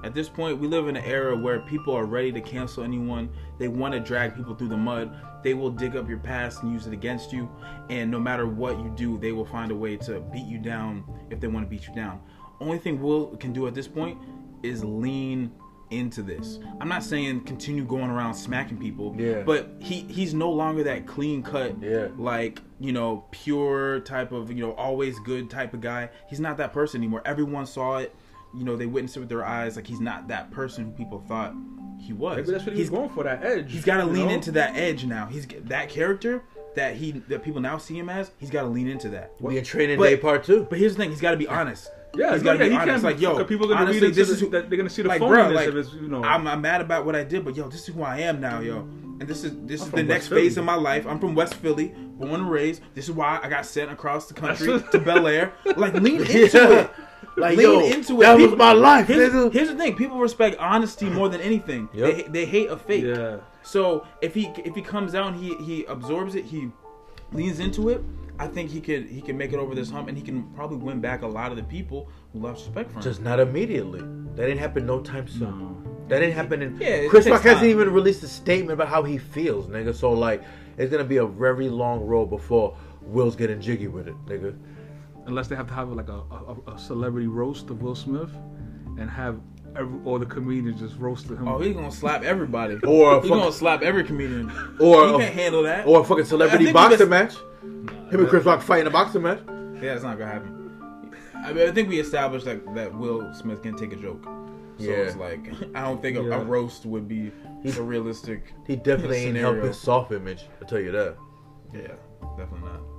Speaker 2: At this point, we live in an era where people are ready to cancel anyone. They want to drag people through the mud. They will dig up your past and use it against you. And no matter what you do, they will find a way to beat you down if they want to beat you down. Only thing Will can do at this point is lean into this. I'm not saying continue going around smacking people,
Speaker 1: Yeah.
Speaker 2: but he he's no longer that clean cut
Speaker 1: Yeah.
Speaker 2: like you know pure type of you know always good type of guy he's not that person anymore everyone saw it you know they witnessed it with their eyes like he's not that person who people thought he was
Speaker 3: Maybe that's what he
Speaker 2: he's
Speaker 3: was going for, that edge.
Speaker 2: he's got to
Speaker 3: you
Speaker 2: lean
Speaker 3: know?
Speaker 2: into that edge now he's that character that he that people now see him as he's got to lean into that
Speaker 1: We in training
Speaker 2: But-
Speaker 1: day part two.
Speaker 2: but here's the thing he's got to be honest
Speaker 3: Yeah,
Speaker 2: he's got to
Speaker 3: yeah,
Speaker 2: be
Speaker 3: he
Speaker 2: honest.
Speaker 3: can't
Speaker 2: Like,
Speaker 3: be-
Speaker 2: yo,
Speaker 3: because people are gonna read
Speaker 2: honestly,
Speaker 3: into
Speaker 2: this
Speaker 3: the-
Speaker 2: is who,
Speaker 3: that- they're gonna see the
Speaker 2: like,
Speaker 3: phoniness
Speaker 2: bruh, like,
Speaker 3: of his, you know. Mm.
Speaker 2: I'm, I'm mad about what I did, but yo, this is who I am now, yo. And this is this is the
Speaker 3: from
Speaker 2: next
Speaker 3: West Philly.
Speaker 2: phase of my life. I'm from West Philly, born and raised. This is why I got sent across the country
Speaker 3: That's-
Speaker 2: to Bel Air. Like,
Speaker 3: <laughs>
Speaker 2: lean into
Speaker 1: Yeah.
Speaker 2: it.
Speaker 1: Like,
Speaker 2: lean
Speaker 1: yo,
Speaker 2: into it.
Speaker 1: that was my life,
Speaker 2: Here's,
Speaker 1: nigga.
Speaker 2: here's the thing: people respect honesty more than anything. They, they hate a fake.
Speaker 3: Yeah.
Speaker 2: So if he if he comes out and he he absorbs it, he leans into it. I think he could he can make it over this hump, and he can probably win back a lot of the people who lost respect from him.
Speaker 1: Just not immediately. That didn't happen no time soon. That didn't happen in.
Speaker 2: Yeah, it
Speaker 1: Chris
Speaker 2: takes
Speaker 1: Rock hasn't
Speaker 2: time.
Speaker 1: even released a statement about how he feels, nigga. So, like, it's gonna be a very long road before Will's getting jiggy with it, nigga.
Speaker 3: unless they have to have like a, a, a celebrity roast of Will Smith and have every, all the comedians just roast him.
Speaker 2: Oh, he's gonna slap everybody.
Speaker 1: Or a
Speaker 2: he's
Speaker 1: fuck-
Speaker 2: gonna slap every comedian.
Speaker 1: Or
Speaker 2: he
Speaker 1: a-
Speaker 2: can handle that.
Speaker 1: Or a fucking celebrity
Speaker 2: I think we
Speaker 1: boxing
Speaker 2: just-
Speaker 1: match. Him and Chris Rock fighting a boxing match.
Speaker 2: yeah, that's not gonna happen. I mean, I think we established that that Will Smith can take a joke. So
Speaker 1: Yeah.
Speaker 2: it's like <laughs> I don't think a,
Speaker 3: Yeah.
Speaker 2: a roast would be a realistic.
Speaker 1: He definitely ain't
Speaker 2: Scenario.
Speaker 1: helping soft image. I tell you that.
Speaker 2: Yeah, definitely not.